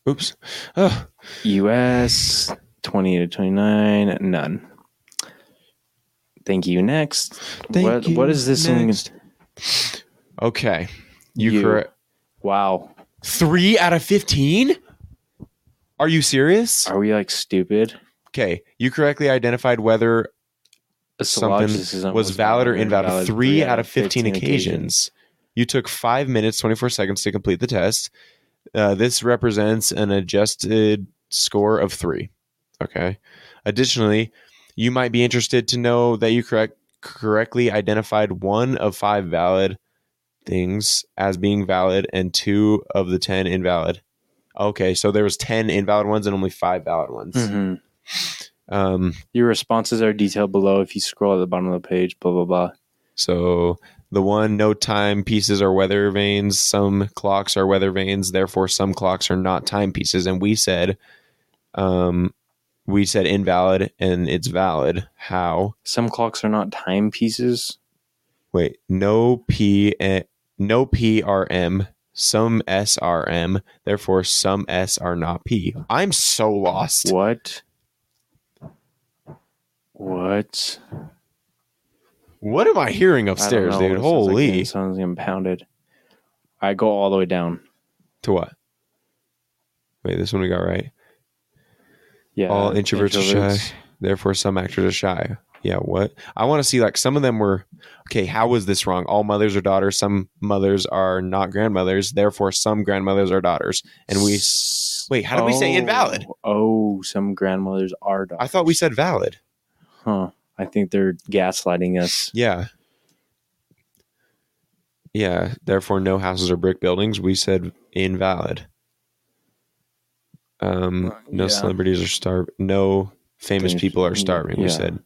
Speaker 1: Oops. Oh, Ugh.
Speaker 2: U.S. twenty to twenty-nine. None. Thank you. Next.
Speaker 1: Thank
Speaker 2: what,
Speaker 1: you,
Speaker 2: What is this? one-
Speaker 1: next. Okay. You,
Speaker 2: You.
Speaker 1: correct.
Speaker 2: Wow.
Speaker 1: Three out of 15? Are you serious?
Speaker 2: Are we like stupid?
Speaker 1: Okay. You correctly identified whether
Speaker 2: syllogism
Speaker 1: something was valid or invalid, three, out of 15,
Speaker 2: 15
Speaker 1: occasions. You took five minutes, 24 seconds to complete the test. Uh, this represents an adjusted score of three. Okay. Additionally, you might be interested to know that you correct, correctly identified one of five valid things as being valid and two of the 10 invalid. Okay, so there was 10 invalid ones and only five valid ones.
Speaker 2: Mhm.
Speaker 1: Um,
Speaker 2: Your responses are detailed below if you scroll at the bottom of the page, blah, blah, blah.
Speaker 1: So the one no time pieces are weather vanes, some clocks are weather vanes, therefore some clocks are not time pieces. And we said um we said invalid and it's valid. How?
Speaker 2: Some clocks are not timepieces.
Speaker 1: Wait, no P eh, no P R M, some S R M, therefore some S are not P. I'm so lost.
Speaker 2: What? What?
Speaker 1: What am I hearing
Speaker 2: I don't
Speaker 1: upstairs,
Speaker 2: know.
Speaker 1: dude?
Speaker 2: It sounds like
Speaker 1: Holy
Speaker 2: Someone's getting pounded. I go all the way down.
Speaker 1: to what? Wait, this one we got right.
Speaker 2: Yeah.
Speaker 1: All introverts are shy. therefore some actors are shy yeah what i want to see like some of them were okay how was this wrong all mothers are daughters some mothers are not grandmothers therefore some grandmothers are daughters and we wait how did we say
Speaker 2: Oh.
Speaker 1: invalid
Speaker 2: Oh, some grandmothers are daughters.
Speaker 1: i thought we said valid
Speaker 2: Huh. I think they're gaslighting us.
Speaker 1: yeah yeah therefore no houses are brick buildings we said invalid um
Speaker 2: Uh,
Speaker 1: no
Speaker 2: yeah.
Speaker 1: celebrities are starving no famous
Speaker 2: Famous
Speaker 1: people are
Speaker 2: people,
Speaker 1: starving
Speaker 2: yeah.
Speaker 1: we said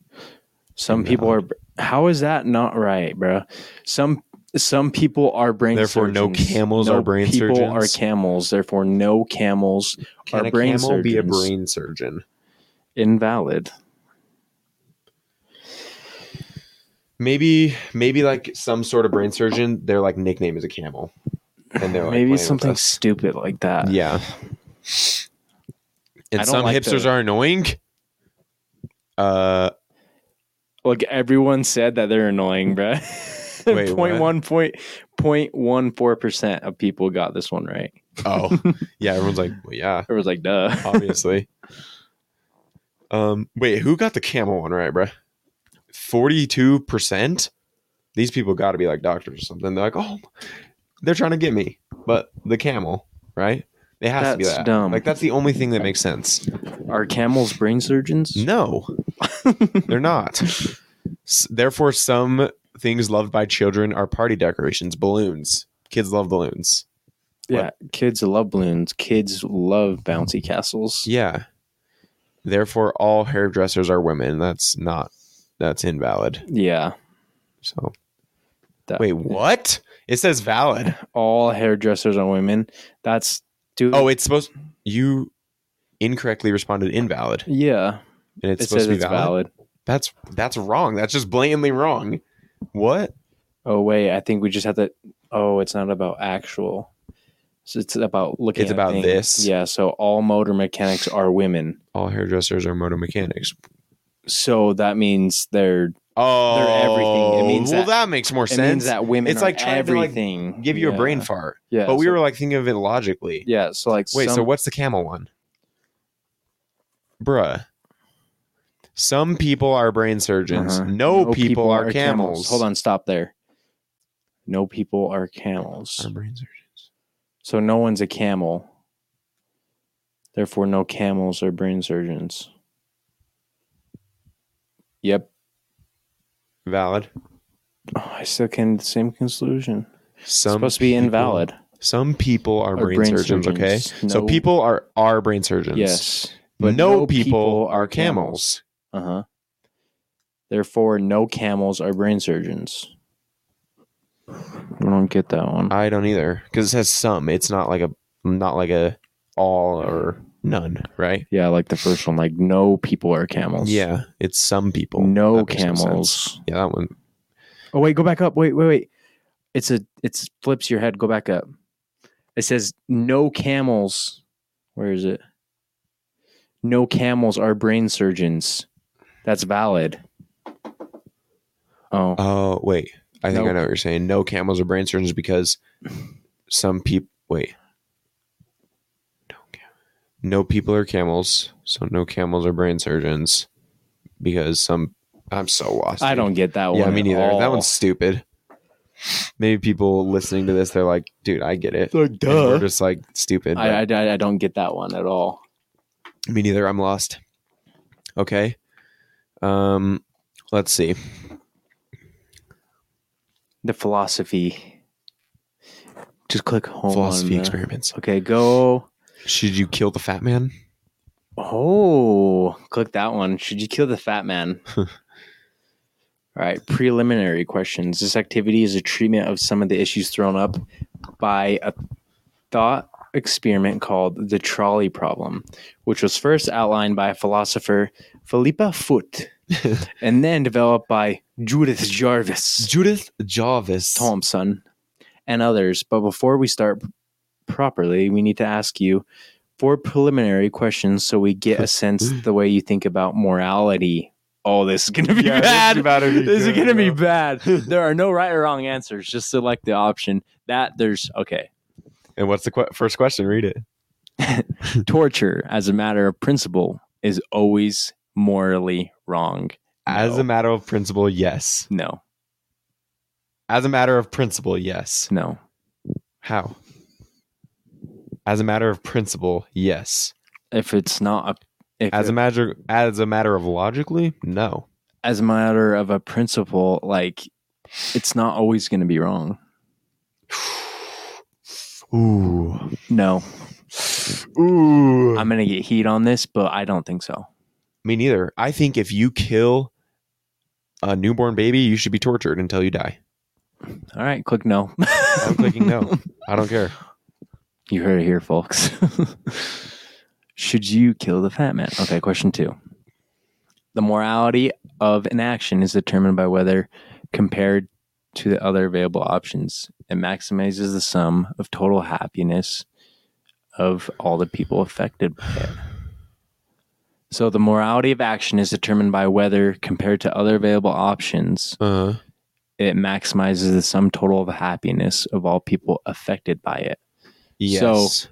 Speaker 2: Some people are. How is that not right, bro? Some some people are brain.
Speaker 1: Therefore, no
Speaker 2: surgeons.
Speaker 1: camels
Speaker 2: No
Speaker 1: are brain
Speaker 2: people
Speaker 1: surgeons.
Speaker 2: are camels. Therefore, no camels
Speaker 1: can
Speaker 2: are
Speaker 1: a
Speaker 2: brain
Speaker 1: camel be a
Speaker 2: surgeons.
Speaker 1: brain surgeon
Speaker 2: invalid.
Speaker 1: Maybe, maybe like some sort of brain surgeon. Their like nickname is a camel, and they're like playing
Speaker 2: Maybe
Speaker 1: with
Speaker 2: something
Speaker 1: us.
Speaker 2: stupid like that.
Speaker 1: Yeah.
Speaker 2: I
Speaker 1: And
Speaker 2: don't
Speaker 1: some
Speaker 2: like
Speaker 1: hipsters
Speaker 2: the-
Speaker 1: are annoying. Uh,
Speaker 2: Like everyone said that they're annoying, bro.
Speaker 1: Wait,
Speaker 2: point
Speaker 1: what?
Speaker 2: one point point one four percent of people got this one right.
Speaker 1: oh, yeah. Everyone's like, well, yeah,
Speaker 2: It was like, duh.
Speaker 1: Oh, obviously. um, wait, who got the camel one right, bruh? Forty-two percent. These people got to be like doctors or something. They're like, oh, they're trying to get me, but the camel, right? It has to be
Speaker 2: That's
Speaker 1: that.
Speaker 2: dumb.
Speaker 1: Like that's the only thing that makes sense.
Speaker 2: Are camels brain surgeons?
Speaker 1: No, they're not. S- Therefore, some things loved by children are party decorations, balloons. Kids love balloons.
Speaker 2: Yeah, kids love balloons. Kids love bouncy castles.
Speaker 1: Yeah. Therefore, all hairdressers are women. That's not. That's invalid.
Speaker 2: Yeah.
Speaker 1: So
Speaker 2: that-
Speaker 1: wait, what? It says valid.
Speaker 2: All hairdressers are women. That's dude.
Speaker 1: Oh, it's supposed. You incorrectly responded invalid,
Speaker 2: yeah.
Speaker 1: and it's
Speaker 2: It
Speaker 1: supposed
Speaker 2: says
Speaker 1: to be
Speaker 2: it's
Speaker 1: valid.
Speaker 2: valid.
Speaker 1: That's that's wrong. That's just blatantly wrong. What?
Speaker 2: Oh wait, I think we just have to. Oh, it's not about actual. So it's about looking.
Speaker 1: It's
Speaker 2: at
Speaker 1: about
Speaker 2: things.
Speaker 1: this.
Speaker 2: Yeah. So all motor mechanics are women.
Speaker 1: All hairdressers are motor mechanics.
Speaker 2: So that means they're.
Speaker 1: Oh,
Speaker 2: everything. It means
Speaker 1: well,
Speaker 2: that-
Speaker 1: that, makes more
Speaker 2: It
Speaker 1: sense.
Speaker 2: means that women.
Speaker 1: It's
Speaker 2: are
Speaker 1: like trying to, like,
Speaker 2: everything.
Speaker 1: give you
Speaker 2: Yeah.
Speaker 1: a brain fart.
Speaker 2: Yeah.
Speaker 1: but we
Speaker 2: so-
Speaker 1: were like thinking of it logically.
Speaker 2: Yeah. So like.
Speaker 1: Wait, so
Speaker 2: some-
Speaker 1: what's the camel one? Bruh. Some people are brain surgeons.
Speaker 2: Uh-huh.
Speaker 1: No, people, are, camels.
Speaker 2: Hold on. Stop there. No people are camels.
Speaker 1: Are brain surgeons.
Speaker 2: So no one's a camel. Therefore, no camels are brain surgeons. Yep.
Speaker 1: Valid.
Speaker 2: Oh, I still came to the same conclusion.
Speaker 1: Some
Speaker 2: it's supposed to be
Speaker 1: people-
Speaker 2: invalid.
Speaker 1: Some people are
Speaker 2: Are
Speaker 1: brain,
Speaker 2: brain
Speaker 1: surgeons, okay?
Speaker 2: surgeons.
Speaker 1: So
Speaker 2: No-
Speaker 1: people are are brain surgeons.
Speaker 2: Yes.
Speaker 1: But no, people, are camels.
Speaker 2: Uh huh. Therefore, no camels are brain surgeons. I don't get that one.
Speaker 1: I don't either. Because it says some. It's not like a not like a all or none, right?
Speaker 2: yeah, I like the first one. Like, no people are camels.
Speaker 1: Yeah. It's some people.
Speaker 2: No
Speaker 1: That makes no sense.
Speaker 2: camels.
Speaker 1: Yeah, that one
Speaker 2: Oh wait, go back up. Wait, wait, wait. It's a it's flips your head. Go back up. It says no camels. Where is it? No camels are brain surgeons. That's valid. Oh,
Speaker 1: Oh wait, I think
Speaker 2: No.
Speaker 1: I know what you're saying. No camels are brain surgeons because some people wait. No, cam- no people are camels, so no camels are brain surgeons because some I'm so lost.
Speaker 2: I
Speaker 1: dude.
Speaker 2: don't get that one.
Speaker 1: Yeah, me
Speaker 2: at
Speaker 1: neither. That
Speaker 2: all.
Speaker 1: one's stupid. Maybe people listening to this, they're like, "Dude, I get it."
Speaker 2: It's like,
Speaker 1: And We're
Speaker 2: duh.
Speaker 1: just like stupid.
Speaker 2: I,
Speaker 1: but-
Speaker 2: I, I- I don't get that one at all.
Speaker 1: Me neither. I'm lost. Okay. Um, let's see.
Speaker 2: The philosophy. Just click home.
Speaker 1: Philosophy
Speaker 2: on the-
Speaker 1: experiments.
Speaker 2: Okay, go.
Speaker 1: uh, Should you kill the fat man?
Speaker 2: Oh, click that one. Should you kill the fat man? All right, preliminary questions. This activity is a treatment of some of the issues thrown up by a thought experiment called the trolley problem, which was first outlined by philosopher Philippa Foot and then developed by Judith Jarvis.
Speaker 1: Judith Jarvis.
Speaker 2: Thompson, and others. But before we start properly, we need to ask you four preliminary questions so we get a sense the way you think about morality. Oh, this is gonna be bad. This is gonna be bad. There are no right or wrong answers. Just select the option that there's okay.
Speaker 1: And what's the que- first question? Read it.
Speaker 2: Torture, as a matter of principle, is always morally wrong.
Speaker 1: As
Speaker 2: No.
Speaker 1: a matter of principle, yes.
Speaker 2: No,
Speaker 1: As a matter of principle, yes.
Speaker 2: no.
Speaker 1: How? As a matter of principle, yes.
Speaker 2: If it's not a, if
Speaker 1: As
Speaker 2: it-
Speaker 1: a matter as a matter of logically, no.
Speaker 2: as a matter of a principle, like it's not always going to be wrong.
Speaker 1: Ooh.
Speaker 2: No,
Speaker 1: Ooh.
Speaker 2: I'm going to get heat on this, but I don't think so.
Speaker 1: Me neither. I think if you kill a newborn baby, you should be tortured until you die.
Speaker 2: All right, click no.
Speaker 1: I'm clicking no. I don't care.
Speaker 2: You heard it here, folks. Should you kill the fat man? Okay, question two. The morality of an action is determined by whether, compared to the other available options, it maximizes the sum of total happiness of all the people affected by it. So, the morality of action is determined by whether, compared to other available options,
Speaker 1: Uh,
Speaker 2: it maximizes the sum total of happiness of all people affected by it.
Speaker 1: yes.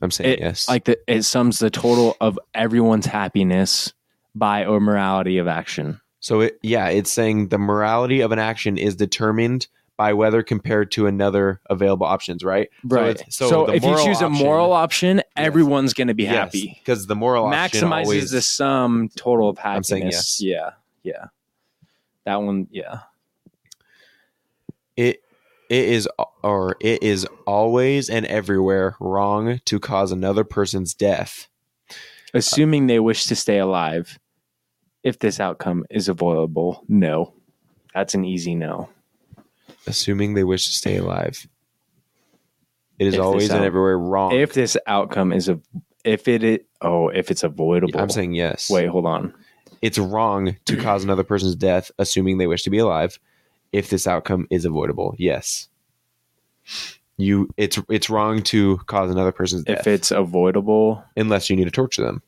Speaker 1: I'm saying
Speaker 2: it-
Speaker 1: yes.
Speaker 2: like the, it sums the total of everyone's happiness by or morality of action.
Speaker 1: so it, yeah, it's saying the morality of an action is determined by whether compared to another available options, right?
Speaker 2: Right.
Speaker 1: it's-
Speaker 2: So,
Speaker 1: so the
Speaker 2: if you
Speaker 1: moral
Speaker 2: choose a
Speaker 1: option-
Speaker 2: moral option, everyone's going to be happy.
Speaker 1: Because the moral option
Speaker 2: Maximizes
Speaker 1: always,
Speaker 2: the sum total of
Speaker 1: I'm
Speaker 2: happiness.
Speaker 1: saying
Speaker 2: Yeah. Yeah. That one. Yeah.
Speaker 1: Uh, it it is or it is always and everywhere wrong to cause another person's death.
Speaker 2: Assuming they wish to stay alive, if this outcome is avoidable, no. That's an easy no.
Speaker 1: assuming they wish to stay alive. It is
Speaker 2: If they
Speaker 1: always and
Speaker 2: sell.
Speaker 1: everywhere wrong.
Speaker 2: If this outcome is a, if it, i- oh, if it's avoidable.
Speaker 1: I'm saying yes.
Speaker 2: Wait, hold on.
Speaker 1: It's wrong to cause another person's death, assuming they wish to be alive, if this outcome is avoidable. Yes. You it's it's wrong to cause another person's death
Speaker 2: If it's avoidable,
Speaker 1: unless you need to torture them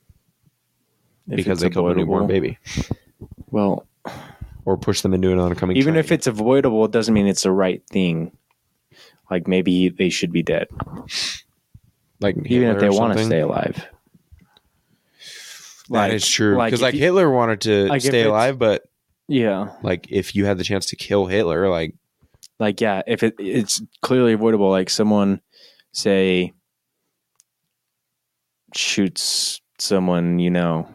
Speaker 2: if
Speaker 1: because
Speaker 2: it's
Speaker 1: they killed a newborn
Speaker 2: avoidable-
Speaker 1: baby
Speaker 2: Well,
Speaker 1: or push them into an oncoming
Speaker 2: even
Speaker 1: train.
Speaker 2: if it's avoidable, it doesn't mean it's the right thing. Like maybe they should be dead,
Speaker 1: like
Speaker 2: even if
Speaker 1: Hitler
Speaker 2: they
Speaker 1: or
Speaker 2: want to
Speaker 1: something.
Speaker 2: stay alive.
Speaker 1: that is true
Speaker 2: like,
Speaker 1: because
Speaker 2: if
Speaker 1: like,
Speaker 2: you-
Speaker 1: Hitler wanted to
Speaker 2: like, if
Speaker 1: stay
Speaker 2: it's-
Speaker 1: alive but
Speaker 2: yeah,
Speaker 1: like if you had the chance to kill Hitler like
Speaker 2: like yeah, if it, it's clearly avoidable, like someone say shoots someone you know,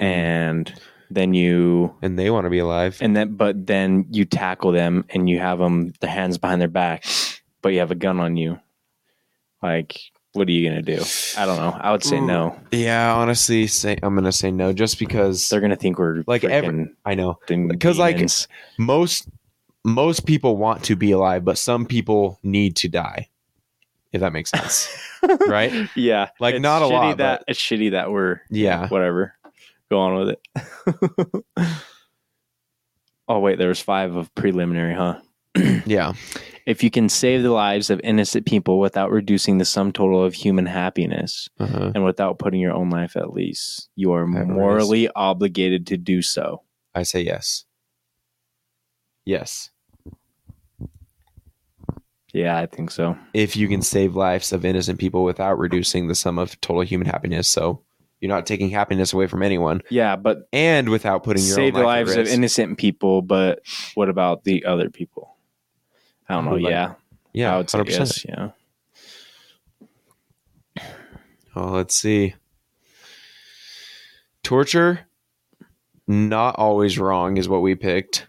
Speaker 1: Mm-hmm.
Speaker 2: and then you
Speaker 1: and they want to be alive
Speaker 2: and then but then you tackle them and you have them their hands behind their back but you have a gun on you like what are you gonna do i don't know i would say no
Speaker 1: Yeah, honestly, say, I'm gonna say no, just because
Speaker 2: they're gonna think we're
Speaker 1: Like every-
Speaker 2: freaking
Speaker 1: I know
Speaker 2: dem-
Speaker 1: 'cause, like,
Speaker 2: demons.
Speaker 1: most most people want to be alive, but some people need to die. If that makes sense, right?
Speaker 2: yeah
Speaker 1: like,
Speaker 2: it's
Speaker 1: not a
Speaker 2: shitty
Speaker 1: lot,
Speaker 2: that
Speaker 1: but-
Speaker 2: it's shitty that we're
Speaker 1: Yeah.
Speaker 2: whatever go on with it oh wait there was five of preliminary huh
Speaker 1: Yeah,
Speaker 2: if you can save the lives of innocent people without reducing the sum total of human happiness
Speaker 1: uh-huh.
Speaker 2: and without putting your own life at least, you are
Speaker 1: risk.
Speaker 2: morally obligated to do so.
Speaker 1: I say yes. Yes,
Speaker 2: Yeah, I think so.
Speaker 1: if you can save lives of innocent people without reducing the sum of total human happiness, so You're not taking happiness away from anyone,
Speaker 2: Yeah, but
Speaker 1: and without putting your
Speaker 2: save
Speaker 1: own
Speaker 2: the
Speaker 1: life at
Speaker 2: lives of
Speaker 1: risk.
Speaker 2: innocent people, but what about the other people? I don't know.
Speaker 1: Who, like-
Speaker 2: yeah, I
Speaker 1: yeah,
Speaker 2: would say
Speaker 1: hundred percent.
Speaker 2: yes, Yeah,
Speaker 1: Oh, let's see. Torture, not always wrong, is what we picked.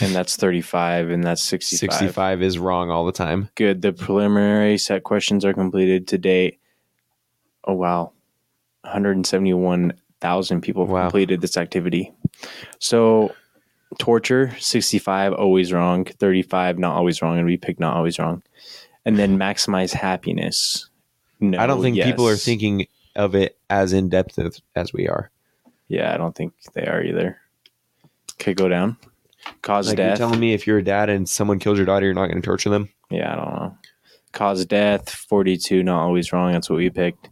Speaker 2: and that's thirty-five, and that's 65.
Speaker 1: 65 is wrong all the time.
Speaker 2: Good. The preliminary set questions are completed to date. Oh wow, one hundred and seventy-one thousand people
Speaker 1: Wow.
Speaker 2: completed this activity. So, torture sixty-five always wrong, thirty-five not always wrong, and we pick not always wrong, and then maximize happiness. No,
Speaker 1: I don't think people are
Speaker 2: yes.
Speaker 1: thinking of it as in depth as, as we are.
Speaker 2: Yeah, I don't think they are either. Okay, go down. Cause
Speaker 1: Like, you're
Speaker 2: death.
Speaker 1: telling me if you're a dad and someone kills your daughter, you're not going to torture them?
Speaker 2: yeah, I don't know. Cause death. Forty-two, not always wrong. That's what we picked.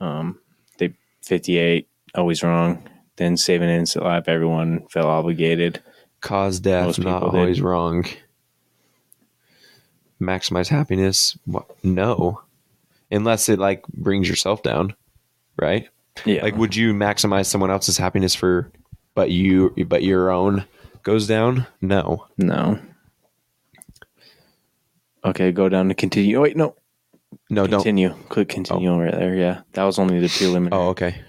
Speaker 2: Um, they fifty-eight, always wrong. Then saving innocent life. Everyone felt obligated.
Speaker 1: Cause death,
Speaker 2: Most
Speaker 1: not
Speaker 2: people
Speaker 1: always wrong. Maximize happiness, wha- no. Unless it like brings yourself down, right?
Speaker 2: Yeah,
Speaker 1: Like, would you maximize someone else's happiness for, but you, but your own goes down? No.
Speaker 2: no. Okay, go down to continue. Oh, wait, no.
Speaker 1: No, Oh, don't.
Speaker 2: continue. Click continue right there. Yeah, that was only the preliminary.
Speaker 1: Oh, okay.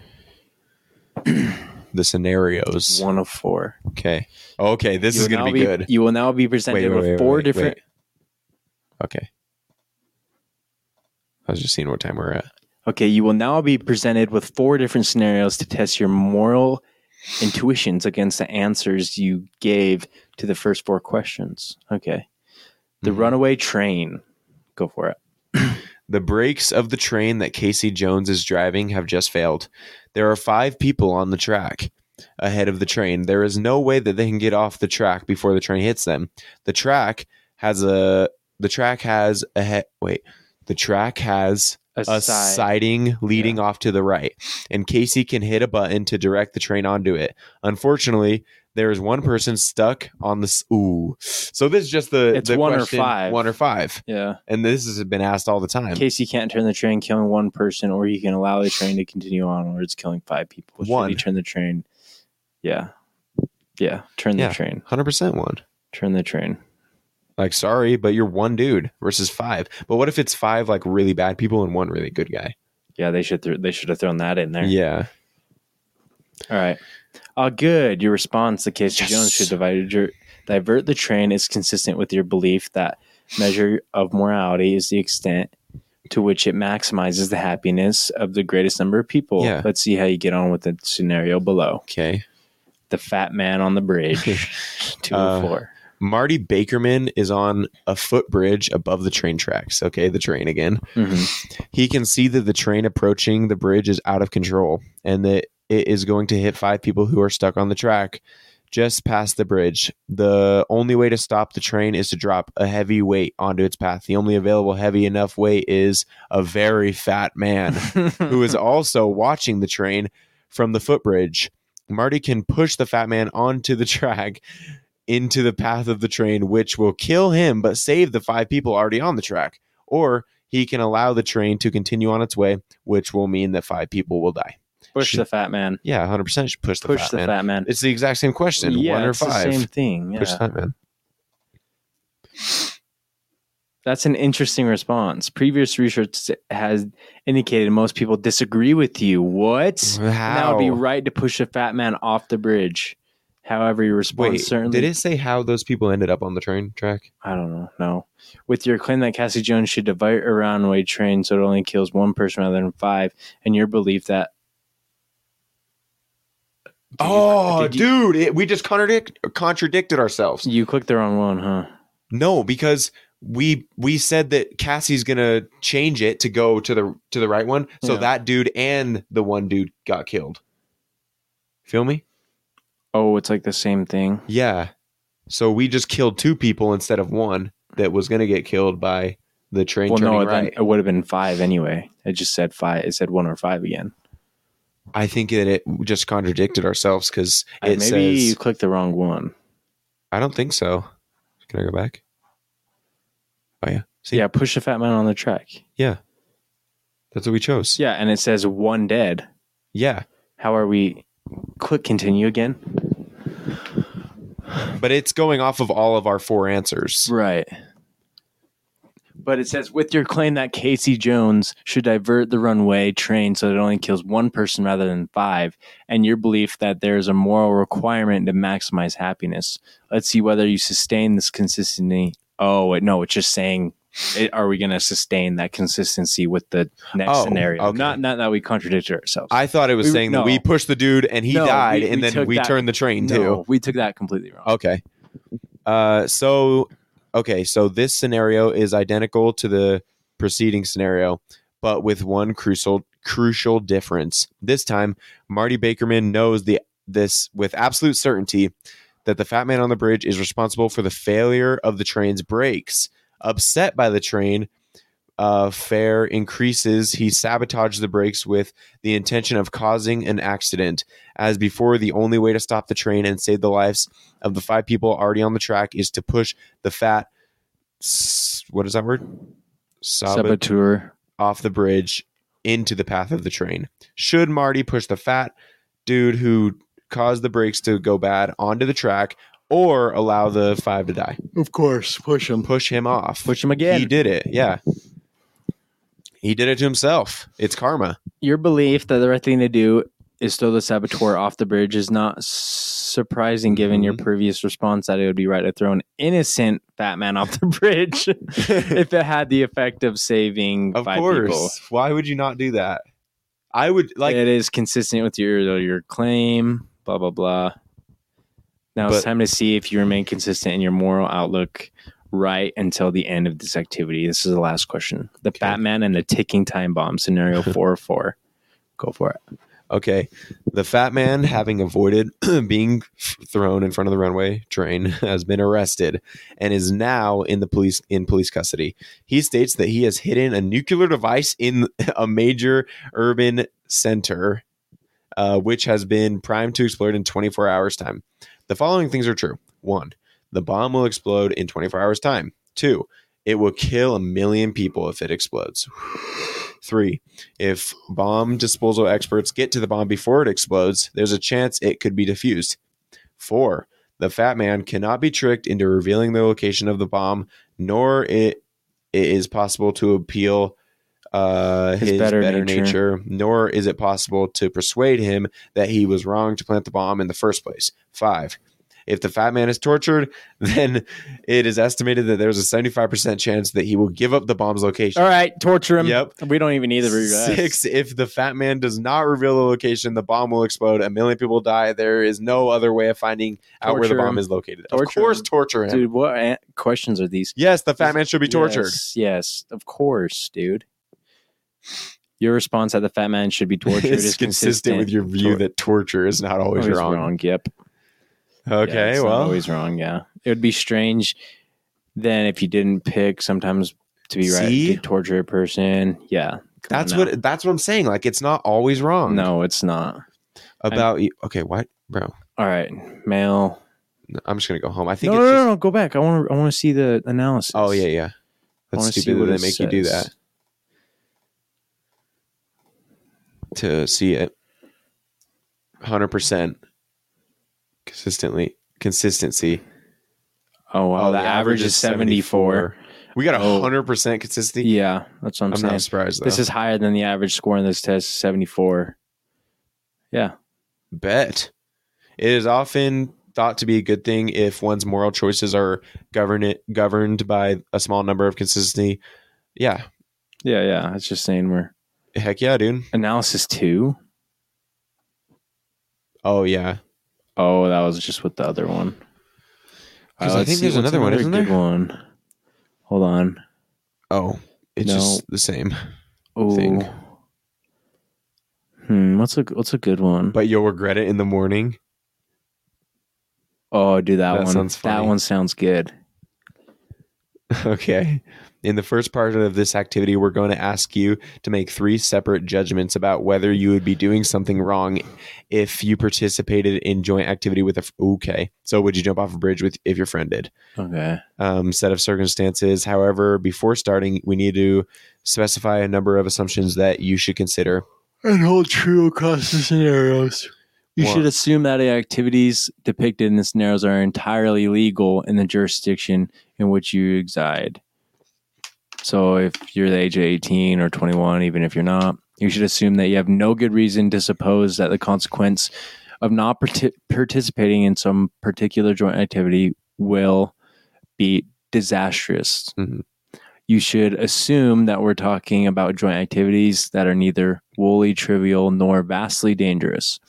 Speaker 1: the scenarios.
Speaker 2: One of four.
Speaker 1: Okay. Okay, Oh. this
Speaker 2: You
Speaker 1: is
Speaker 2: will
Speaker 1: going
Speaker 2: now
Speaker 1: to be, good.
Speaker 2: You will now be presented
Speaker 1: Wait, wait,
Speaker 2: with
Speaker 1: wait,
Speaker 2: four
Speaker 1: wait,
Speaker 2: different.
Speaker 1: wait. Okay. I was just seeing what time we're at.
Speaker 2: Okay, you will now be presented with four different scenarios to test your moral intuitions against the answers you gave to the first four questions. Okay. The
Speaker 1: Mhm.
Speaker 2: runaway train. Go for it.
Speaker 1: The brakes of the train that Casey Jones is driving have just failed. There are five people on the track ahead of the train. There is no way that they can get off the track before the train hits them. The track has a the track has a he- wait. The track has a siding leading off to the right, and Casey can hit a button to direct the train onto it. Unfortunately, there is one person stuck on the s- ooh. So this is just the
Speaker 2: It's
Speaker 1: the
Speaker 2: one or
Speaker 1: question,
Speaker 2: five.
Speaker 1: one or five,
Speaker 2: Yeah.
Speaker 1: and this has been asked all the time.
Speaker 2: Casey can't turn the train, killing one person, or he can allow the train to continue on, or it's killing five people. Should
Speaker 1: One.
Speaker 2: he turn the train? Yeah. Yeah. Turn the
Speaker 1: Yeah.
Speaker 2: train.
Speaker 1: Hundred percent one.
Speaker 2: Turn the train.
Speaker 1: Like, sorry, but you're one dude versus five. But what if it's five like really bad people and one really good guy?
Speaker 2: Yeah, they should th- they should have thrown that in there.
Speaker 1: Yeah.
Speaker 2: All right. Uh, good. Your response to Casey
Speaker 1: Yes.
Speaker 2: Jones should divide your, divert the train is consistent with your belief that measure of morality is the extent to which it maximizes the happiness of the greatest number of people.
Speaker 1: Yeah.
Speaker 2: Let's see how you get on with the scenario below.
Speaker 1: Okay.
Speaker 2: The fat man on the bridge, two
Speaker 1: Uh,
Speaker 2: or four.
Speaker 1: Marty Bakerman is on a footbridge above the train tracks. Okay, the train again.
Speaker 2: Mhm.
Speaker 1: He can see that the train approaching the bridge is out of control and that it is going to hit five people who are stuck on the track just past the bridge. The only way to stop the train is to drop a heavy weight onto its path. The only available heavy enough weight is a very fat man.
Speaker 2: Mm-hmm.
Speaker 1: who is also watching the train from the footbridge. Marty can push the fat man onto the track into the path of the train, which will kill him but save the five people already on the track. Or he can allow the train to continue on its way, which will mean that five people will die.
Speaker 2: Push the fat man.
Speaker 1: Yeah, 100% should push the,
Speaker 2: Push
Speaker 1: fat,
Speaker 2: the
Speaker 1: man.
Speaker 2: fat man.
Speaker 1: It's the exact same question
Speaker 2: yeah,
Speaker 1: one or
Speaker 2: it's the
Speaker 1: five.
Speaker 2: same thing.
Speaker 1: Push the
Speaker 2: Yeah.
Speaker 1: fat man.
Speaker 2: That's an interesting response. Previous research has indicated most people disagree with you. What? And That
Speaker 1: How?
Speaker 2: would be right to push a fat man off the bridge. However, your response
Speaker 1: Wait,
Speaker 2: certainly.
Speaker 1: did it say how those people ended up on the train track?
Speaker 2: I don't know. No. With your claim that Cassie Jones should divert a runaway train so it only kills one person rather than five, and your belief that. Did you-
Speaker 1: oh,
Speaker 2: did you-
Speaker 1: dude, it, we just contradict, contradicted ourselves.
Speaker 2: You clicked the wrong one, huh?
Speaker 1: No, because we we said that Cassie's gonna change it to go to the to the right one. So
Speaker 2: Yeah.
Speaker 1: that dude and the one dude got killed. Feel me?
Speaker 2: Oh, it's like the same thing.
Speaker 1: Yeah. So we just killed two people instead of one that was gonna get killed by the train
Speaker 2: Well,
Speaker 1: turning
Speaker 2: no, then
Speaker 1: right.
Speaker 2: it would have been five anyway. It just said five. It said one or five again.
Speaker 1: I think that it just contradicted ourselves because
Speaker 2: Uh,
Speaker 1: it
Speaker 2: Maybe
Speaker 1: says
Speaker 2: you clicked the wrong one.
Speaker 1: I don't think so. Can I go back? Oh yeah. See?
Speaker 2: Yeah, push the fat man on the track.
Speaker 1: That's what we chose.
Speaker 2: Yeah, and it says one dead.
Speaker 1: Yeah,
Speaker 2: How are we? Click continue again.
Speaker 1: but it's going off of all of our four answers.
Speaker 2: Right. But it says with your claim that Casey Jones should divert the runway train so that it only kills one person rather than five, and your belief that there is a moral requirement to maximize happiness. Let's see whether you sustain this consistency. Oh wait, no, it's just saying. It, are we going to sustain that consistency with the next
Speaker 1: Oh,
Speaker 2: scenario?
Speaker 1: okay.
Speaker 2: Not not that we contradict ourselves.
Speaker 1: I thought it was
Speaker 2: We-
Speaker 1: saying
Speaker 2: no.
Speaker 1: that we pushed the dude and he
Speaker 2: No,
Speaker 1: died,
Speaker 2: we-
Speaker 1: and
Speaker 2: we
Speaker 1: then
Speaker 2: took
Speaker 1: we
Speaker 2: that-
Speaker 1: turned the train too. Oh,
Speaker 2: no, we took that completely wrong.
Speaker 1: Okay. Uh, so okay, so this scenario is identical to the preceding scenario, but with one crucial crucial difference. This time, Marty Bakerman knows the this with absolute certainty that the fat man on the bridge is responsible for the failure of the train's brakes. Upset by the train uh, fare increases, he sabotaged the brakes with the intention of causing an accident. As before, the only way to stop the train and save the lives of the five people already on the track is to push the fat. s- What is that word? Sabot-
Speaker 2: Saboteur.
Speaker 1: off the bridge into the path of the train. Should Marty push the fat dude who caused the brakes to go bad onto the track or allow the five to die?
Speaker 2: Of course, push him.
Speaker 1: Push him off.
Speaker 2: Push him again.
Speaker 1: He did it. Yeah. He did it to himself. It's karma.
Speaker 2: your belief that the right thing to do is throw the saboteur off the bridge is not surprising given your
Speaker 1: Mm-hmm.
Speaker 2: previous response that it would be right to throw an innocent fat man off the bridge if it had the effect of saving
Speaker 1: Of
Speaker 2: five
Speaker 1: course.
Speaker 2: people.
Speaker 1: Why would you not do that? I would like
Speaker 2: it is consistent with your your claim, blah blah blah. Now
Speaker 1: But-
Speaker 2: it's time to see if you remain consistent in your moral outlook right until the end of this activity. This is the last question. The
Speaker 1: Okay.
Speaker 2: Batman and the ticking time bomb scenario four four. Go for it.
Speaker 1: Okay. The fat man, having avoided being f- thrown in front of the runway train, has been arrested and is now in the police in police custody. He states that he has hidden a nuclear device in a major urban center, uh, which has been primed to explode in 24 hours' time. The following things are true: one, the bomb will explode in 24 hours' time. Two, it will kill a million people if it explodes. Three, if bomb disposal experts get to the bomb before it explodes, there's a chance it could be defused. Four, the fat man cannot be tricked into revealing the location of the bomb, nor it, it is possible to appeal uh, his, better, nature. nor is it possible to persuade him that he was wrong to plant the bomb in the first place. Five, if the fat man is tortured, then it is estimated that there's a 75% chance that he will give up the bomb's location.
Speaker 2: All right, torture him.
Speaker 1: Yep.
Speaker 2: We don't even need the regress.
Speaker 1: Six, if the fat man does not reveal the location, the bomb will explode. A million people die. There is no other way of finding out where the
Speaker 2: Torture
Speaker 1: bomb
Speaker 2: him.
Speaker 1: is located. of
Speaker 2: Torture
Speaker 1: course,
Speaker 2: him.
Speaker 1: torture him.
Speaker 2: Dude, what a- questions are these?
Speaker 1: Yes, the fat man should be tortured.
Speaker 2: Yes, yes, of course, dude. Your response that the fat man should be tortured
Speaker 1: it's
Speaker 2: is
Speaker 1: consistent, with your view
Speaker 2: Tor-
Speaker 1: that torture is not always, wrong.
Speaker 2: Yep. Yeah,
Speaker 1: Okay,
Speaker 2: it's not
Speaker 1: well,
Speaker 2: always wrong. Yeah, it would be strange then if you didn't pick sometimes to be right
Speaker 1: See?
Speaker 2: to torture a person. Yeah, Come on
Speaker 1: that's
Speaker 2: now.
Speaker 1: what that's what I'm saying. Like, it's not always wrong.
Speaker 2: No, it's not.
Speaker 1: about you. Okay, what, bro?
Speaker 2: All right, male.
Speaker 1: I'm just gonna go home. I think
Speaker 2: No, no,
Speaker 1: it's
Speaker 2: no,
Speaker 1: just.
Speaker 2: no, go back. I want to. I want to see the analysis.
Speaker 1: Oh yeah, yeah. That's
Speaker 2: wanna see
Speaker 1: stupid
Speaker 2: what
Speaker 1: that
Speaker 2: it
Speaker 1: they make you do
Speaker 2: says.
Speaker 1: that to see it. Hundred percent consistently consistency.
Speaker 2: Oh wow, the, average, is seventy four.
Speaker 1: 74. We got
Speaker 2: Oh.
Speaker 1: a hundred percent consistency.
Speaker 2: Yeah, that's what I'm,
Speaker 1: I'm,
Speaker 2: saying.
Speaker 1: not uh. surprised though.
Speaker 2: This is higher than the average score in this test, 74. Yeah.
Speaker 1: bet. It is often thought to be a good thing if one's moral choices are governed governed by a small number of consistency. Yeah,
Speaker 2: Yeah, yeah. It's just saying we're
Speaker 1: heck yeah, dude.
Speaker 2: analysis two.
Speaker 1: Oh yeah.
Speaker 2: Oh, that was just with the other one.
Speaker 1: 'Cause
Speaker 2: All right,
Speaker 1: I
Speaker 2: let's
Speaker 1: think
Speaker 2: see
Speaker 1: there's
Speaker 2: what's
Speaker 1: another one, isn't
Speaker 2: good
Speaker 1: there?
Speaker 2: One. Hold on.
Speaker 1: Oh, it's
Speaker 2: No.
Speaker 1: just the same.
Speaker 2: Oh.
Speaker 1: Thing.
Speaker 2: Hmm, what's a what's a good one?
Speaker 1: But you'll regret it in the morning.
Speaker 2: oh, dude, that,
Speaker 1: That
Speaker 2: one.
Speaker 1: sounds
Speaker 2: That
Speaker 1: funny.
Speaker 2: one sounds good.
Speaker 1: Okay. In the first part of this activity, we're going to ask you to make three separate judgments about whether you would be doing something wrong if you participated in joint activity with a. f- Okay. So, would you jump off a bridge with if your friend did?
Speaker 2: Okay.
Speaker 1: Um, set of circumstances. However, before starting, we need to specify a number of assumptions that you should consider.
Speaker 2: and hold true across the scenarios. You
Speaker 1: What?
Speaker 2: should assume that the activities depicted in the scenarios are entirely legal in the jurisdiction in which you reside. So, if you're the age of 18 or 21, even if you're not, you should assume that you have no good reason to suppose that the consequence of not parti- participating in some particular joint activity will be disastrous.
Speaker 1: Mhm.
Speaker 2: You should assume that we're talking about joint activities that are neither wholly trivial nor vastly dangerous.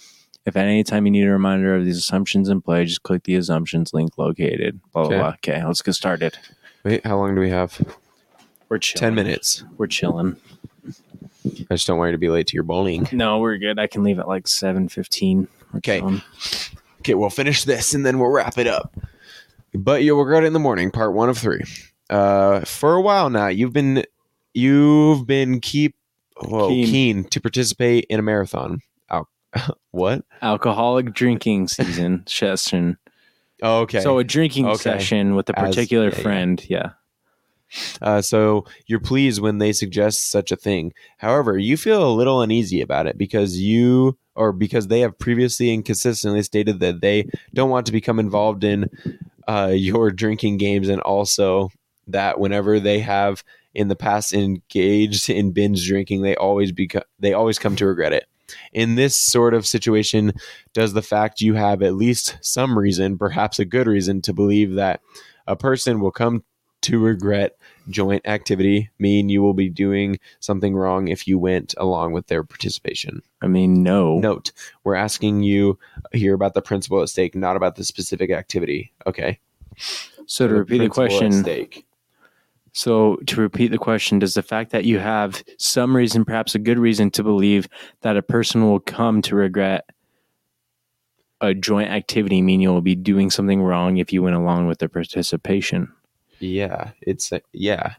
Speaker 2: If at any time you need a reminder of these assumptions in play, just click the assumptions link located. Blah,
Speaker 1: Okay.
Speaker 2: blah, blah. Okay, let's get started.
Speaker 1: Wait, how long do we have?
Speaker 2: We're chilling.
Speaker 1: 10 minutes.
Speaker 2: We're chilling.
Speaker 1: I just don't want you to be late to your bowling.
Speaker 2: No, we're good. I can leave at like 7.15.
Speaker 1: Okay. Okay, we'll finish this and then we'll wrap it up. But you'll regret it in the morning, part one of three. Uh, for a while now, you've been you've been keep whoa,
Speaker 2: Keen.
Speaker 1: keen. to participate in a marathon. Ow. what?
Speaker 2: Alcoholic drinking season session.
Speaker 1: Oh, okay.
Speaker 2: So a drinking
Speaker 1: Okay.
Speaker 2: session with a
Speaker 1: As-
Speaker 2: particular
Speaker 1: yeah, yeah.
Speaker 2: friend. Yeah.
Speaker 1: Uh, so you're pleased when they suggest such a thing. However, you feel a little uneasy about it because you or because they have previously and consistently stated that they don't want to become involved in uh, your drinking games, and also that whenever they have in the past engaged in binge drinking, they always become they always come to regret it. In this sort of situation, does the fact you have at least some reason, perhaps a good reason, to believe that a person will come to regret joint activity mean you will be doing something wrong if you went along with their participation.
Speaker 2: I mean, no.
Speaker 1: Note, we're asking you here about the principle at stake, not about the specific activity. Okay.
Speaker 2: So to repeat the
Speaker 1: principle at
Speaker 2: question,
Speaker 1: stake.
Speaker 2: So, to repeat the question, does the fact that you have some reason, perhaps a good reason, to believe that a person will come to regret a joint activity mean you will be doing something wrong if you went along with their participation?
Speaker 1: Yeah. It's, a, yeah.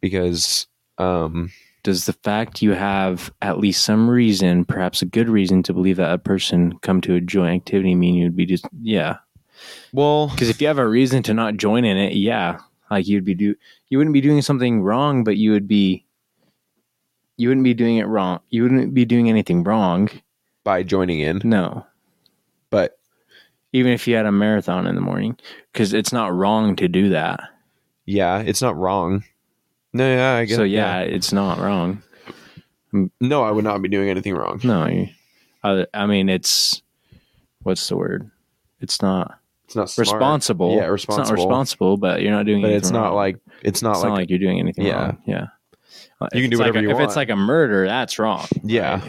Speaker 1: Because, um,
Speaker 2: Does the fact you have at least some reason, perhaps a good reason, to believe that a person come to a joint activity mean you'd be just yeah?
Speaker 1: well,
Speaker 2: Because if you have a reason to not join in it, yeah, like you'd be do you wouldn't be doing something wrong, but you would be you wouldn't be doing it wrong. You wouldn't be doing anything wrong.
Speaker 1: by joining in,
Speaker 2: No,
Speaker 1: but
Speaker 2: even if you had a marathon in the morning, because it's not wrong to do that.
Speaker 1: yeah, it's not wrong. No, yeah, I guess.
Speaker 2: So yeah, it's not wrong.
Speaker 1: No, I would not be doing anything wrong.
Speaker 2: No, you, I, I mean it's what's the word? It's not
Speaker 1: It's not smart,
Speaker 2: responsible.
Speaker 1: Yeah,
Speaker 2: It's not
Speaker 1: responsible.
Speaker 2: responsible, but you're not doing.
Speaker 1: But
Speaker 2: anything
Speaker 1: it's not
Speaker 2: wrong.
Speaker 1: like, it's not
Speaker 2: it's
Speaker 1: like,
Speaker 2: not like you're doing anything
Speaker 1: Yeah.
Speaker 2: wrong. Yeah.
Speaker 1: You can do
Speaker 2: it's like
Speaker 1: whatever
Speaker 2: a-
Speaker 1: you
Speaker 2: if
Speaker 1: want.
Speaker 2: it's like a murder, that's wrong.
Speaker 1: yeah.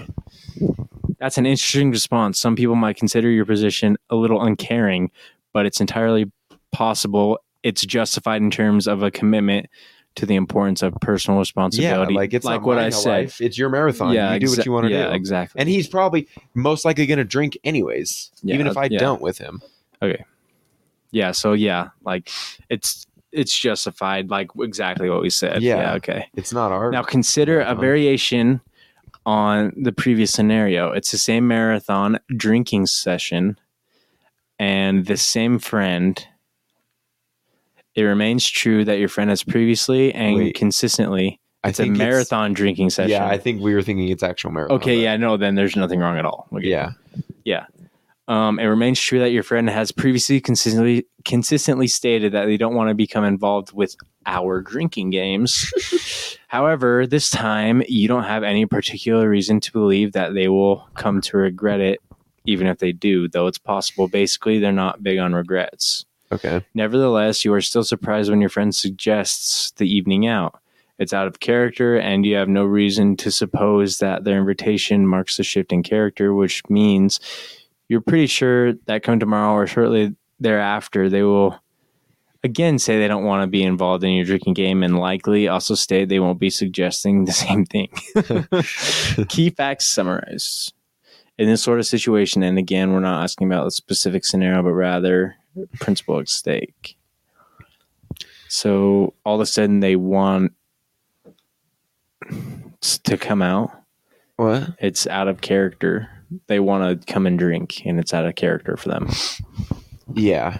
Speaker 2: That's an interesting response. Some people might consider your position a little uncaring, but it's entirely possible it's justified in terms of a commitment to the importance of personal responsibility.
Speaker 1: Yeah, like it's
Speaker 2: like
Speaker 1: not
Speaker 2: what
Speaker 1: my
Speaker 2: I said.
Speaker 1: life. It's your marathon.
Speaker 2: Yeah,
Speaker 1: you do
Speaker 2: exa-
Speaker 1: what you want to
Speaker 2: yeah,
Speaker 1: do.
Speaker 2: exactly.
Speaker 1: And he's probably most likely going to drink anyways,
Speaker 2: Yeah,
Speaker 1: even if I
Speaker 2: yeah.
Speaker 1: don't with him.
Speaker 2: yeah, so yeah, like it's it's justified, like exactly what we said.
Speaker 1: Yeah.
Speaker 2: okay.
Speaker 1: It's not our.
Speaker 2: Now consider a
Speaker 1: Marathon.
Speaker 2: variation on the previous scenario. It's the same marathon drinking session and the same friend. It remains true that your friend has previously and
Speaker 1: Wait.
Speaker 2: consistently.
Speaker 1: I
Speaker 2: It's a
Speaker 1: think
Speaker 2: marathon drinking session.
Speaker 1: Yeah, I think we were thinking it's actual marathon.
Speaker 2: okay,
Speaker 1: but-
Speaker 2: yeah, no, then there's nothing wrong at all. Okay.
Speaker 1: Yeah.
Speaker 2: Um, it remains true that your friend has previously consistently consistently stated that they don't want to become involved with our drinking games. However, this time you don't have any particular reason to believe that they will come to regret it, even if they do, though it's possible. Basically, they're not big on regrets.
Speaker 1: Okay.
Speaker 2: Nevertheless, you are still surprised when your friend suggests the evening out. It's out of character, and you have no reason to suppose that their invitation marks a shift in character, which means you're pretty sure that come tomorrow or shortly thereafter, they will again say they don't want to be involved in your drinking game and likely also state they won't be suggesting the same thing. Key facts summarized. In this sort of situation, and again, we're not asking about the specific scenario, but rather principle at stake. So all of a sudden they want s- to come out.
Speaker 1: What?
Speaker 2: It's out of character. They want to come and drink, and it's out of character for them.
Speaker 1: Yeah.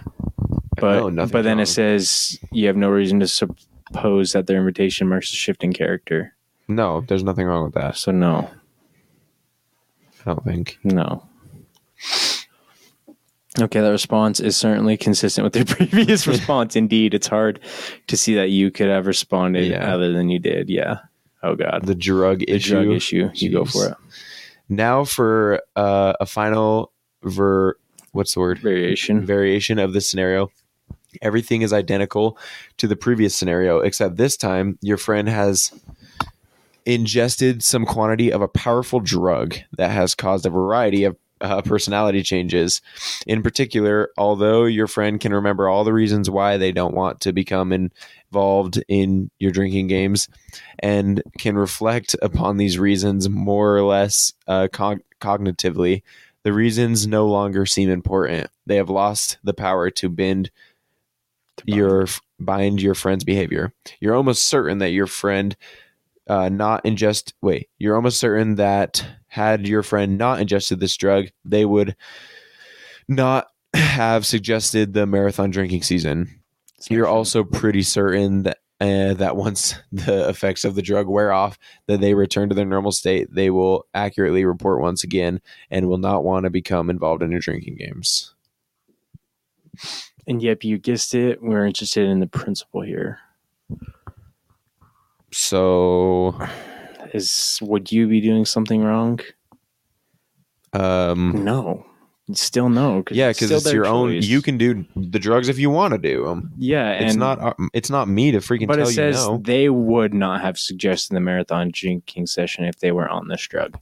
Speaker 2: But
Speaker 1: No, Oh, nothing
Speaker 2: but then
Speaker 1: wrong.
Speaker 2: it says you have no reason to suppose that their invitation marks a shift in character.
Speaker 1: No, there's nothing wrong with that.
Speaker 2: So no,
Speaker 1: I don't think.
Speaker 2: No. Okay, that response is certainly consistent with the previous response. Indeed, it's hard to see that you could have responded
Speaker 1: Yeah.
Speaker 2: other than you did. Yeah. Oh God,
Speaker 1: The drug
Speaker 2: the
Speaker 1: issue.
Speaker 2: drug issue. You go
Speaker 1: Jeez.
Speaker 2: for it.
Speaker 1: Now for uh, a final ver. What's the word?
Speaker 2: Variation.
Speaker 1: variation of this scenario. Everything is identical to the previous scenario, except this time your friend has ingested some quantity of a powerful drug that has caused a variety of uh, personality changes. In particular, although your friend can remember all the reasons why they don't want to become in- involved in your drinking games and can reflect upon these reasons more or less uh, cog- cognitively, the reasons no longer seem important. They have lost the power to bend your bind your friend's behavior. You're almost certain that your friend uh, not ingest wait, you're almost certain that had your friend not ingested this drug, they would not have suggested the marathon drinking season. You're also pretty certain that uh, that once the effects of the drug wear off, that they return to their normal state, they will accurately report once again and will not want to become involved in your drinking games.
Speaker 2: And yep, you guessed it. We're interested in the principle here.
Speaker 1: So,
Speaker 2: Is would you be doing something wrong?
Speaker 1: um,
Speaker 2: No. Still no.
Speaker 1: yeah, because
Speaker 2: still
Speaker 1: it's
Speaker 2: their
Speaker 1: your own.
Speaker 2: choice.
Speaker 1: You can do the drugs if you want to do them.
Speaker 2: Yeah, and
Speaker 1: It's not. uh, It's not me to freaking
Speaker 2: but
Speaker 1: tell
Speaker 2: it says
Speaker 1: you no.
Speaker 2: they would not have suggested the marathon drinking session if they were on this drug.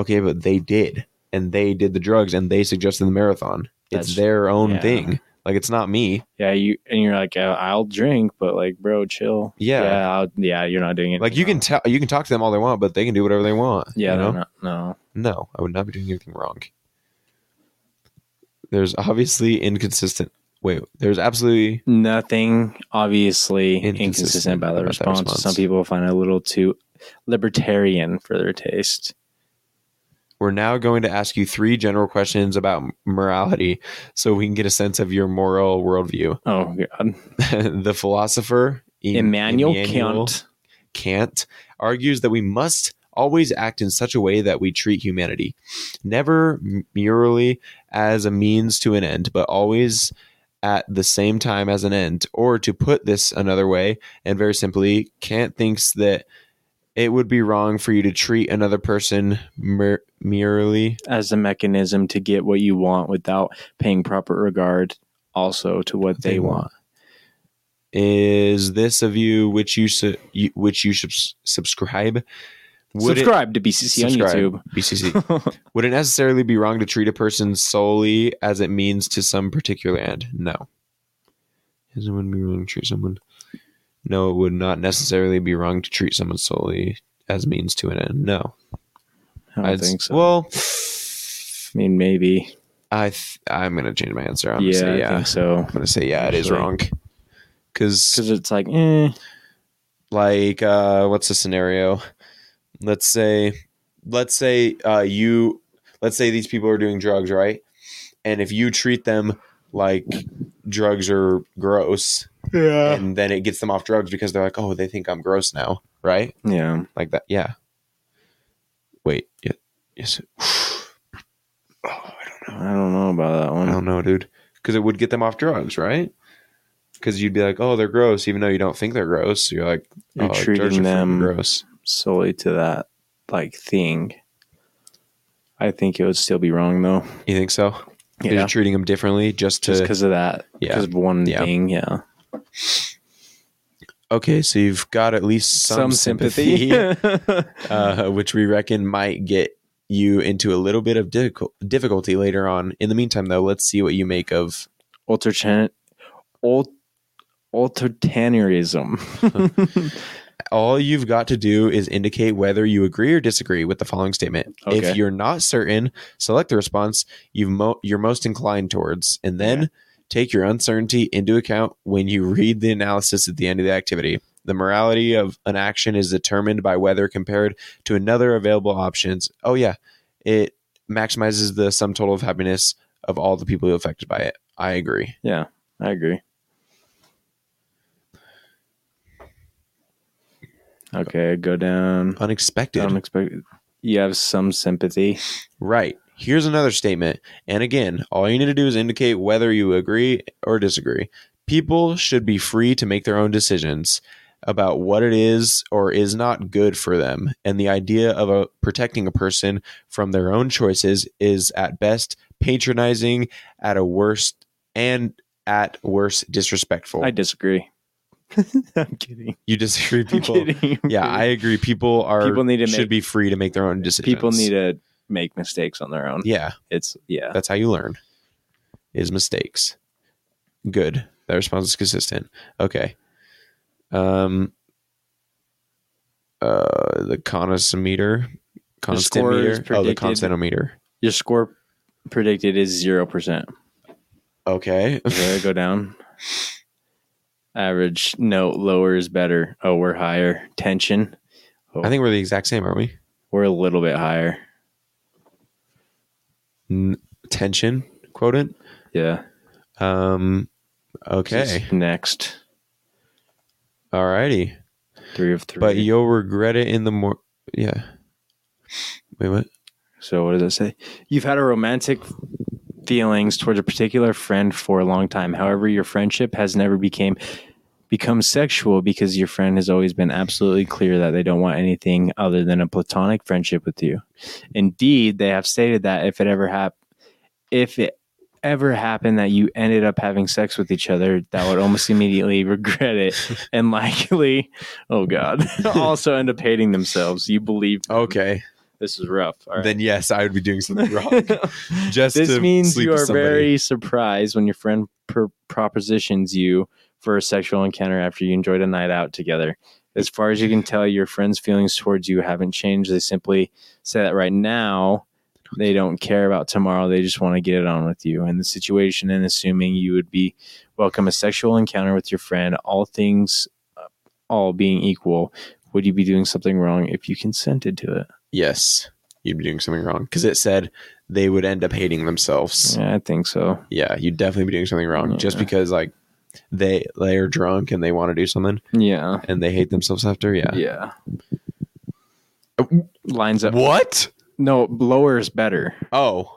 Speaker 1: Okay, but they did, and they did the drugs, and they suggested the marathon.
Speaker 2: That's-
Speaker 1: It's their own
Speaker 2: yeah.
Speaker 1: thing. Like it's not me.
Speaker 2: Yeah, you and you're like, "Uh, I'll drink, but like, bro, chill.
Speaker 1: Yeah.
Speaker 2: yeah, I'll, yeah. You're not doing it.
Speaker 1: Like you can tell, you can talk to them all they want, but they can do whatever they want.
Speaker 2: Yeah,
Speaker 1: you
Speaker 2: they're
Speaker 1: know?
Speaker 2: not- no.
Speaker 1: No, I would not be doing anything wrong. There's obviously inconsistent. Wait, there's absolutely
Speaker 2: Nothing obviously
Speaker 1: Inconsistent
Speaker 2: inconsistent, by the
Speaker 1: about that
Speaker 2: response.
Speaker 1: response.
Speaker 2: Some people find it a little too libertarian for their taste.
Speaker 1: We're now going to ask you three general questions about morality so we can get a sense of your moral worldview.
Speaker 2: Oh god.
Speaker 1: the philosopher Em-
Speaker 2: Immanuel,
Speaker 1: Immanuel
Speaker 2: Kant.
Speaker 1: Kant argues that we must always act in such a way that we treat humanity, never merely as a means to an end, but always at the same time as an end. Or to put this another way, and very simply, Kant thinks that it would be wrong for you to treat another person mer- merely
Speaker 2: as a mechanism to get what you want without paying proper regard also to what they,
Speaker 1: they
Speaker 2: want.
Speaker 1: want. Is this a view which you, su- you which you should s- subscribe? Would it-
Speaker 2: subscribe to BCC on
Speaker 1: Subscribe. BCC.
Speaker 2: YouTube.
Speaker 1: Would it necessarily be wrong to treat a person solely as it means to some particular end? No. Is it would be wrong to treat someone? No, it would not necessarily be wrong to treat someone solely as means to an end. No,
Speaker 2: I don't think so.
Speaker 1: Well,
Speaker 2: I mean, maybe.
Speaker 1: I th- I'm gonna change my answer. I'm
Speaker 2: yeah,
Speaker 1: gonna say
Speaker 2: I
Speaker 1: yeah.
Speaker 2: think so.
Speaker 1: I'm gonna say yeah. It is
Speaker 2: Actually.
Speaker 1: wrong. Because
Speaker 2: Because it's like, eh,
Speaker 1: like uh what's the scenario let's say let's say uh you let's say these people are doing drugs right and if you treat them like drugs are gross
Speaker 2: yeah,
Speaker 1: and then it gets them off drugs because they're like oh they think i'm gross now right
Speaker 2: yeah.
Speaker 1: like that yeah wait yeah yes
Speaker 2: I don't know about that
Speaker 1: i
Speaker 2: one.
Speaker 1: don't know dude because it would get them off drugs right because you'd be like oh they're gross even though you don't think they're gross you're like
Speaker 2: You're
Speaker 1: oh, drugs are
Speaker 2: treating
Speaker 1: them
Speaker 2: them
Speaker 1: gross
Speaker 2: solely to that like thing. I think it would still be wrong though.
Speaker 1: you think so you're treating them differently just to
Speaker 2: just because of that.
Speaker 1: Yeah.
Speaker 2: because of one
Speaker 1: Yeah.
Speaker 2: thing. Yeah,
Speaker 1: Okay, so you've got at least some, sympathy, uh, which we reckon might get you into a little bit of difficul- difficulty later on. In the meantime, though, let's see what you make of.
Speaker 2: Altertan- ult- Alternanerism.
Speaker 1: All you've got to do is indicate whether you agree or disagree with the following statement.
Speaker 2: Okay.
Speaker 1: If you're not certain, select the response you've mo- you're most inclined towards, and then
Speaker 2: Okay.
Speaker 1: take your uncertainty into account when you read the analysis at the end of the activity. The morality of an action is determined by whether compared to another available options. Oh yeah, it maximizes the sum total of happiness of all the people affected by it. I agree.
Speaker 2: yeah, I agree. Okay, go down.
Speaker 1: Unexpected. Oh,
Speaker 2: Unexpected. you have some sympathy.
Speaker 1: Right. Here's another statement. And again, all you need to do is indicate whether you agree or disagree. People should be free to make their own decisions about what it is or is not good for them. And the idea of a, protecting a person from their own choices is at best patronizing, at a worst, and at worst disrespectful.
Speaker 2: I disagree. I'm kidding.
Speaker 1: you disagree, people.
Speaker 2: I'm kidding. I'm
Speaker 1: Yeah, I
Speaker 2: kidding.
Speaker 1: agree. People are
Speaker 2: People need to
Speaker 1: should
Speaker 2: make-
Speaker 1: be free to make their own decisions.
Speaker 2: people need to make mistakes on their own.
Speaker 1: Yeah,
Speaker 2: It's yeah.
Speaker 1: that's how you learn. Is mistakes. Good. That response is consistent. Okay. Um. Uh, the conosimeter,
Speaker 2: score is
Speaker 1: constantimeter. Oh, the
Speaker 2: predicted.
Speaker 1: constantinometer.
Speaker 2: Your score predicted is zero percent.
Speaker 1: Okay.
Speaker 2: Okay, go down. Average note lower is better. Oh, we're higher. Tension. Oh,
Speaker 1: I think we're the exact same, aren't we?
Speaker 2: we're a little bit higher.
Speaker 1: N- tension quotient.
Speaker 2: Yeah.
Speaker 1: Um. Okay.
Speaker 2: Just Next.
Speaker 1: Alrighty.
Speaker 2: Three of three.
Speaker 1: But you'll regret it in the more. Yeah. Wait, what?
Speaker 2: So what does it say? You've had a romantic feelings towards a particular friend for a long time. However, your friendship has never became become sexual because your friend has always been absolutely clear that they don't want anything other than a platonic friendship with you. Indeed, they have stated that if it ever hap- if it ever happened that you ended up having sex with each other, that would almost immediately regret it and likely, oh god, also end up hating themselves. You believe
Speaker 1: Okay.
Speaker 2: this is rough. All right.
Speaker 1: Then yes, I would be doing something wrong. Just
Speaker 2: this
Speaker 1: to
Speaker 2: means
Speaker 1: sleep
Speaker 2: you
Speaker 1: with
Speaker 2: are
Speaker 1: somebody.
Speaker 2: very surprised when your friend pr- propositions you for a sexual encounter after you enjoyed a night out together. As far as you can tell, your friend's feelings towards you haven't changed. They simply say that right now they don't care about tomorrow. They just want to get it on with you. And the situation, and assuming you would be welcome a sexual encounter with your friend, all things, uh, all being equal, would you be doing something wrong if you consented to it?
Speaker 1: yes, you'd be doing something wrong because it said they would end up hating themselves.
Speaker 2: Yeah, I think so.
Speaker 1: Yeah, you'd definitely be doing something wrong just
Speaker 2: Yeah.
Speaker 1: because like they they are drunk and they want to do something
Speaker 2: Yeah.
Speaker 1: and they hate themselves after. Yeah.
Speaker 2: Yeah. Lines up.
Speaker 1: What?
Speaker 2: No, lower is better.
Speaker 1: Oh,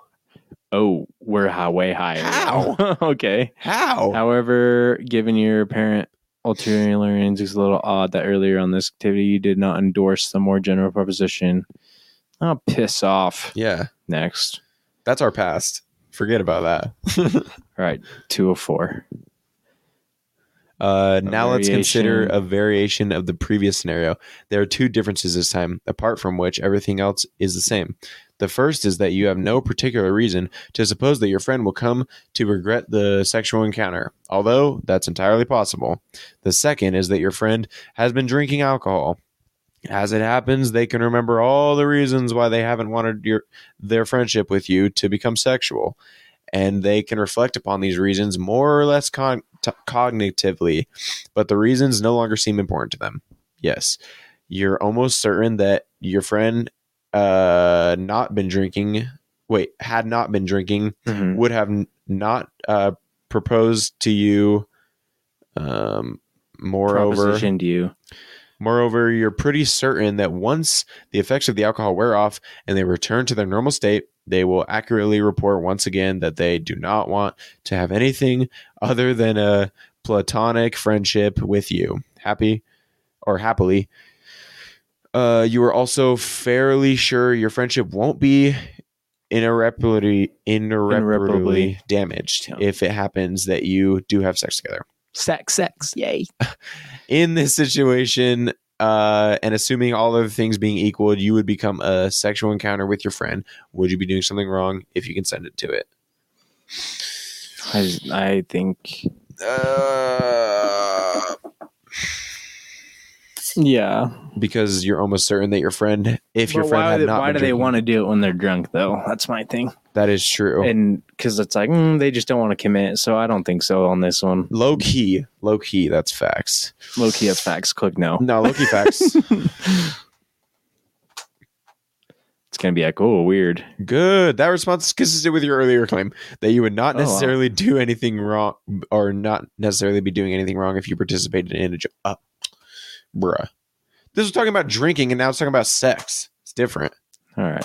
Speaker 2: Oh, we're high, way higher.
Speaker 1: How?
Speaker 2: okay.
Speaker 1: how?
Speaker 2: However, given your apparent ulterior learnings, it's a little odd that earlier on this activity you did not endorse the more general proposition. I'll piss off.
Speaker 1: Yeah,
Speaker 2: Next.
Speaker 1: that's our past. Forget about that.
Speaker 2: All right, two of four.
Speaker 1: Uh, now let's consider
Speaker 2: variation.
Speaker 1: a variation of the previous scenario. There are two differences this time, apart from which everything else is the same. The first is that you have no particular reason to suppose that your friend will come to regret the sexual encounter, although that's entirely possible. The second is that your friend has been drinking alcohol. As it happens, they can remember all the reasons why they haven't wanted your their friendship with you to become sexual, and they can reflect upon these reasons more or less con- t- cognitively, but the reasons no longer seem important to them. Yes, you're almost certain that your friend uh not been drinking wait had not been drinking
Speaker 2: Mhm.
Speaker 1: would have n- not uh, proposed to you. Um, moreover,
Speaker 2: Propositioned you.
Speaker 1: moreover, you're pretty certain that once the effects of the alcohol wear off and they return to their normal state, they will accurately report once again that they do not want to have anything other than a platonic friendship with you. Happy or happily. Uh, you are also fairly sure your friendship won't be irreparably, irreparably,
Speaker 2: Irreparably.
Speaker 1: damaged
Speaker 2: Yeah.
Speaker 1: if it happens that you do have sex together
Speaker 2: Sex, sex, yay.
Speaker 1: in this situation uh, and assuming all other things being equal, you would become a sexual encounter with your friend. Would you be doing something wrong if you consent it to it?
Speaker 2: I, I think.
Speaker 1: Uh,
Speaker 2: Yeah.
Speaker 1: because you're almost certain that your friend, if your
Speaker 2: But
Speaker 1: friend
Speaker 2: why
Speaker 1: had
Speaker 2: would-
Speaker 1: not,
Speaker 2: why
Speaker 1: been
Speaker 2: do they
Speaker 1: drinking-
Speaker 2: want to do it when they're drunk, though? That's my thing.
Speaker 1: That is true.
Speaker 2: and because it's like mm, they just don't want to commit. So I don't think so on this one.
Speaker 1: low key, low key. That's facts.
Speaker 2: Low key at facts, click no.
Speaker 1: No, low key facts.
Speaker 2: It's gonna be like oh weird.
Speaker 1: Good. That response is consistent with your earlier claim that you would not
Speaker 2: Oh, wow.
Speaker 1: necessarily do anything wrong or not necessarily be doing anything wrong if you participated in a jo- uh, bruh. This was talking about drinking and now it's talking about sex. It's different.
Speaker 2: All right.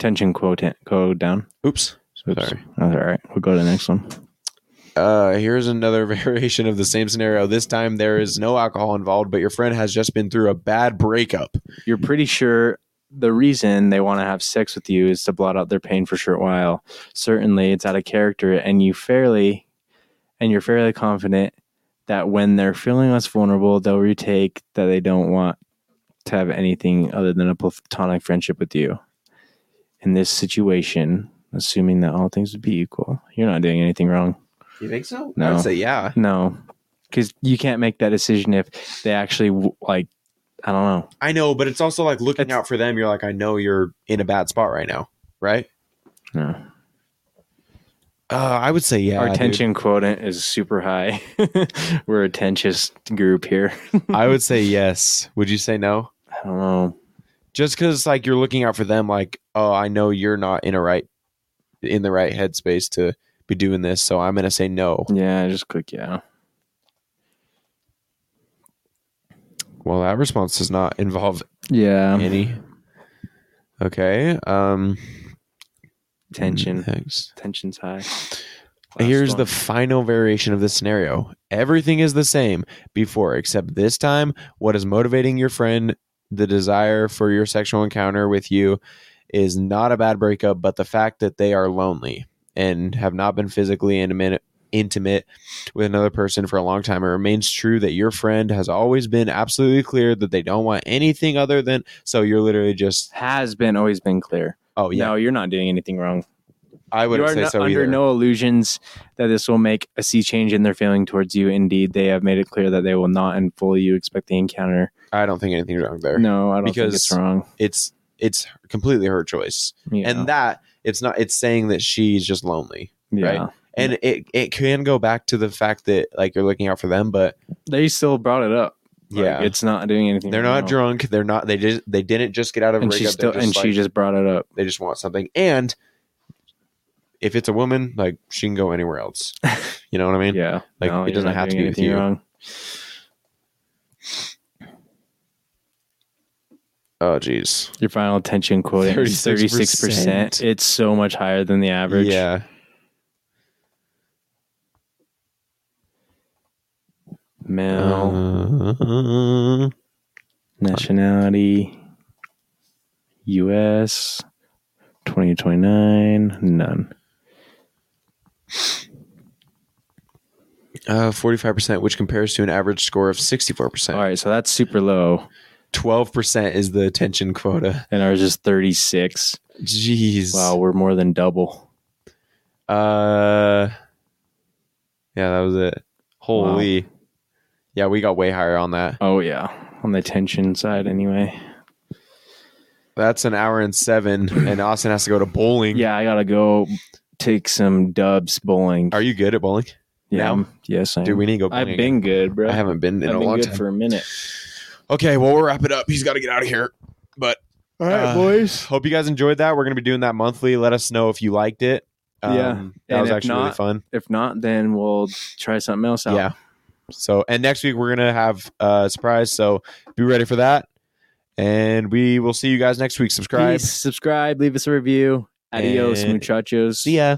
Speaker 2: Tension quote code down.
Speaker 1: Oops.
Speaker 2: Oops.
Speaker 1: Sorry.
Speaker 2: That's all right. We'll go to the next one.
Speaker 1: Uh, here's another variation of the same scenario. This time there is no alcohol involved, but your friend has just been through a bad breakup.
Speaker 2: You're pretty sure the reason they want to have sex with you is to blot out their pain for a short while. Certainly, it's out of character, and you fairly, and you're fairly confident that when they're feeling less vulnerable, they'll retake that they don't want to have anything other than a platonic friendship with you. In this situation, assuming that all things would be equal, you're not doing anything wrong.
Speaker 1: You think so?
Speaker 2: No.
Speaker 1: I'd say yeah.
Speaker 2: No, because you can't make that decision if they actually w- like. I don't know.
Speaker 1: I know, but it's also like looking
Speaker 2: It's-
Speaker 1: out for them. You're like, I know you're in a bad spot right now, right?
Speaker 2: No.
Speaker 1: Uh, I would say yeah.
Speaker 2: Our
Speaker 1: dude.
Speaker 2: tension quotient is super high. We're a tentious group here.
Speaker 1: I would say yes. Would you say no?
Speaker 2: I don't know.
Speaker 1: Just because like you're looking out for them, like, oh, I know you're not in a right, in the right headspace to be doing this, so I'm gonna say no.
Speaker 2: Yeah, just click yeah.
Speaker 1: Well, that response does not involve
Speaker 2: Yeah.
Speaker 1: any. Okay. Um.
Speaker 2: Tension.
Speaker 1: Thanks.
Speaker 2: Tension's high.
Speaker 1: Here's
Speaker 2: Last
Speaker 1: the
Speaker 2: one.
Speaker 1: final variation of this scenario. Everything is the same before, except this time, what is motivating your friend, the desire for your sexual encounter with you, is not a bad breakup, but the fact that they are lonely and have not been physically intimate, intimate with another person for a long time. It remains true that your friend has always been absolutely clear that they don't want anything other than. So you're literally just,
Speaker 2: has been always been clear.
Speaker 1: oh, yeah,
Speaker 2: No, you're not doing anything wrong.
Speaker 1: I
Speaker 2: You
Speaker 1: wouldn't
Speaker 2: are
Speaker 1: say
Speaker 2: no-
Speaker 1: so
Speaker 2: under
Speaker 1: either.
Speaker 2: no illusions that this will make a sea change in their feeling towards you. Indeed, they have made it clear that they will not and fully you expect the encounter.
Speaker 1: I don't think anything's wrong there.
Speaker 2: No, I don't think
Speaker 1: Because-
Speaker 2: it's wrong.
Speaker 1: It's. It's completely her choice.
Speaker 2: Yeah.
Speaker 1: and that it's not it's saying that she's just lonely right? and it it can go back to the fact that like you're looking out for them but
Speaker 2: They still brought it up. Like,
Speaker 1: yeah
Speaker 2: it's not doing anything.
Speaker 1: they're not
Speaker 2: wrong.
Speaker 1: drunk they're not they just they didn't just get out of a
Speaker 2: and she
Speaker 1: breakup
Speaker 2: still
Speaker 1: they're just,
Speaker 2: and she
Speaker 1: like,
Speaker 2: just brought it up.
Speaker 1: they just want something and if it's a woman like she can go anywhere else you know what i mean
Speaker 2: Yeah,
Speaker 1: Like, it
Speaker 2: you're
Speaker 1: doesn't
Speaker 2: not
Speaker 1: have to
Speaker 2: doing
Speaker 1: be with
Speaker 2: anything
Speaker 1: you.
Speaker 2: Wrong.
Speaker 1: oh jeez
Speaker 2: Your final attention quote is thirty six
Speaker 1: 36%.
Speaker 2: percent. It's so much higher than the average.
Speaker 1: yeah
Speaker 2: Male
Speaker 1: Uh,
Speaker 2: nationality, U.S. Twenty twenty nine. None.
Speaker 1: uh, 45% which compares to an average score of 64%
Speaker 2: All right, so that's super low,
Speaker 1: 12% is the attention quota
Speaker 2: and ours is thirty six.
Speaker 1: jeez
Speaker 2: Wow, we're more than double.
Speaker 1: Uh, yeah, that was it. Holy, yeah, we got way higher on that.
Speaker 2: Oh yeah, on the tension side anyway.
Speaker 1: That's an hour and seven, and Austin has to go to bowling.
Speaker 2: Yeah, I gotta go take some dubs bowling.
Speaker 1: are you good at bowling?
Speaker 2: yeah,
Speaker 1: now?
Speaker 2: I'm- yes, I am.
Speaker 1: Do we need to go?
Speaker 2: I've
Speaker 1: Bowling
Speaker 2: been good, bro.
Speaker 1: I haven't been in
Speaker 2: I've
Speaker 1: a
Speaker 2: been
Speaker 1: long
Speaker 2: good
Speaker 1: time.
Speaker 2: for a minute.
Speaker 1: okay, well, we'll wrap it up. He's got to get out of here. But
Speaker 2: All
Speaker 1: right, Uh,
Speaker 2: boys.
Speaker 1: hope you guys enjoyed that. We're gonna be doing that monthly. Let us know if you liked it. Um,
Speaker 2: Yeah,
Speaker 1: that
Speaker 2: and
Speaker 1: was
Speaker 2: if
Speaker 1: actually really
Speaker 2: not-
Speaker 1: fun.
Speaker 2: If not, then we'll try something else out.
Speaker 1: Yeah. So, and next week we're gonna have uh, a surprise. So be ready for that. And we will see you guys next week. Subscribe.
Speaker 2: Please subscribe, leave us a review. Adios,
Speaker 1: And-
Speaker 2: muchachos.
Speaker 1: See ya.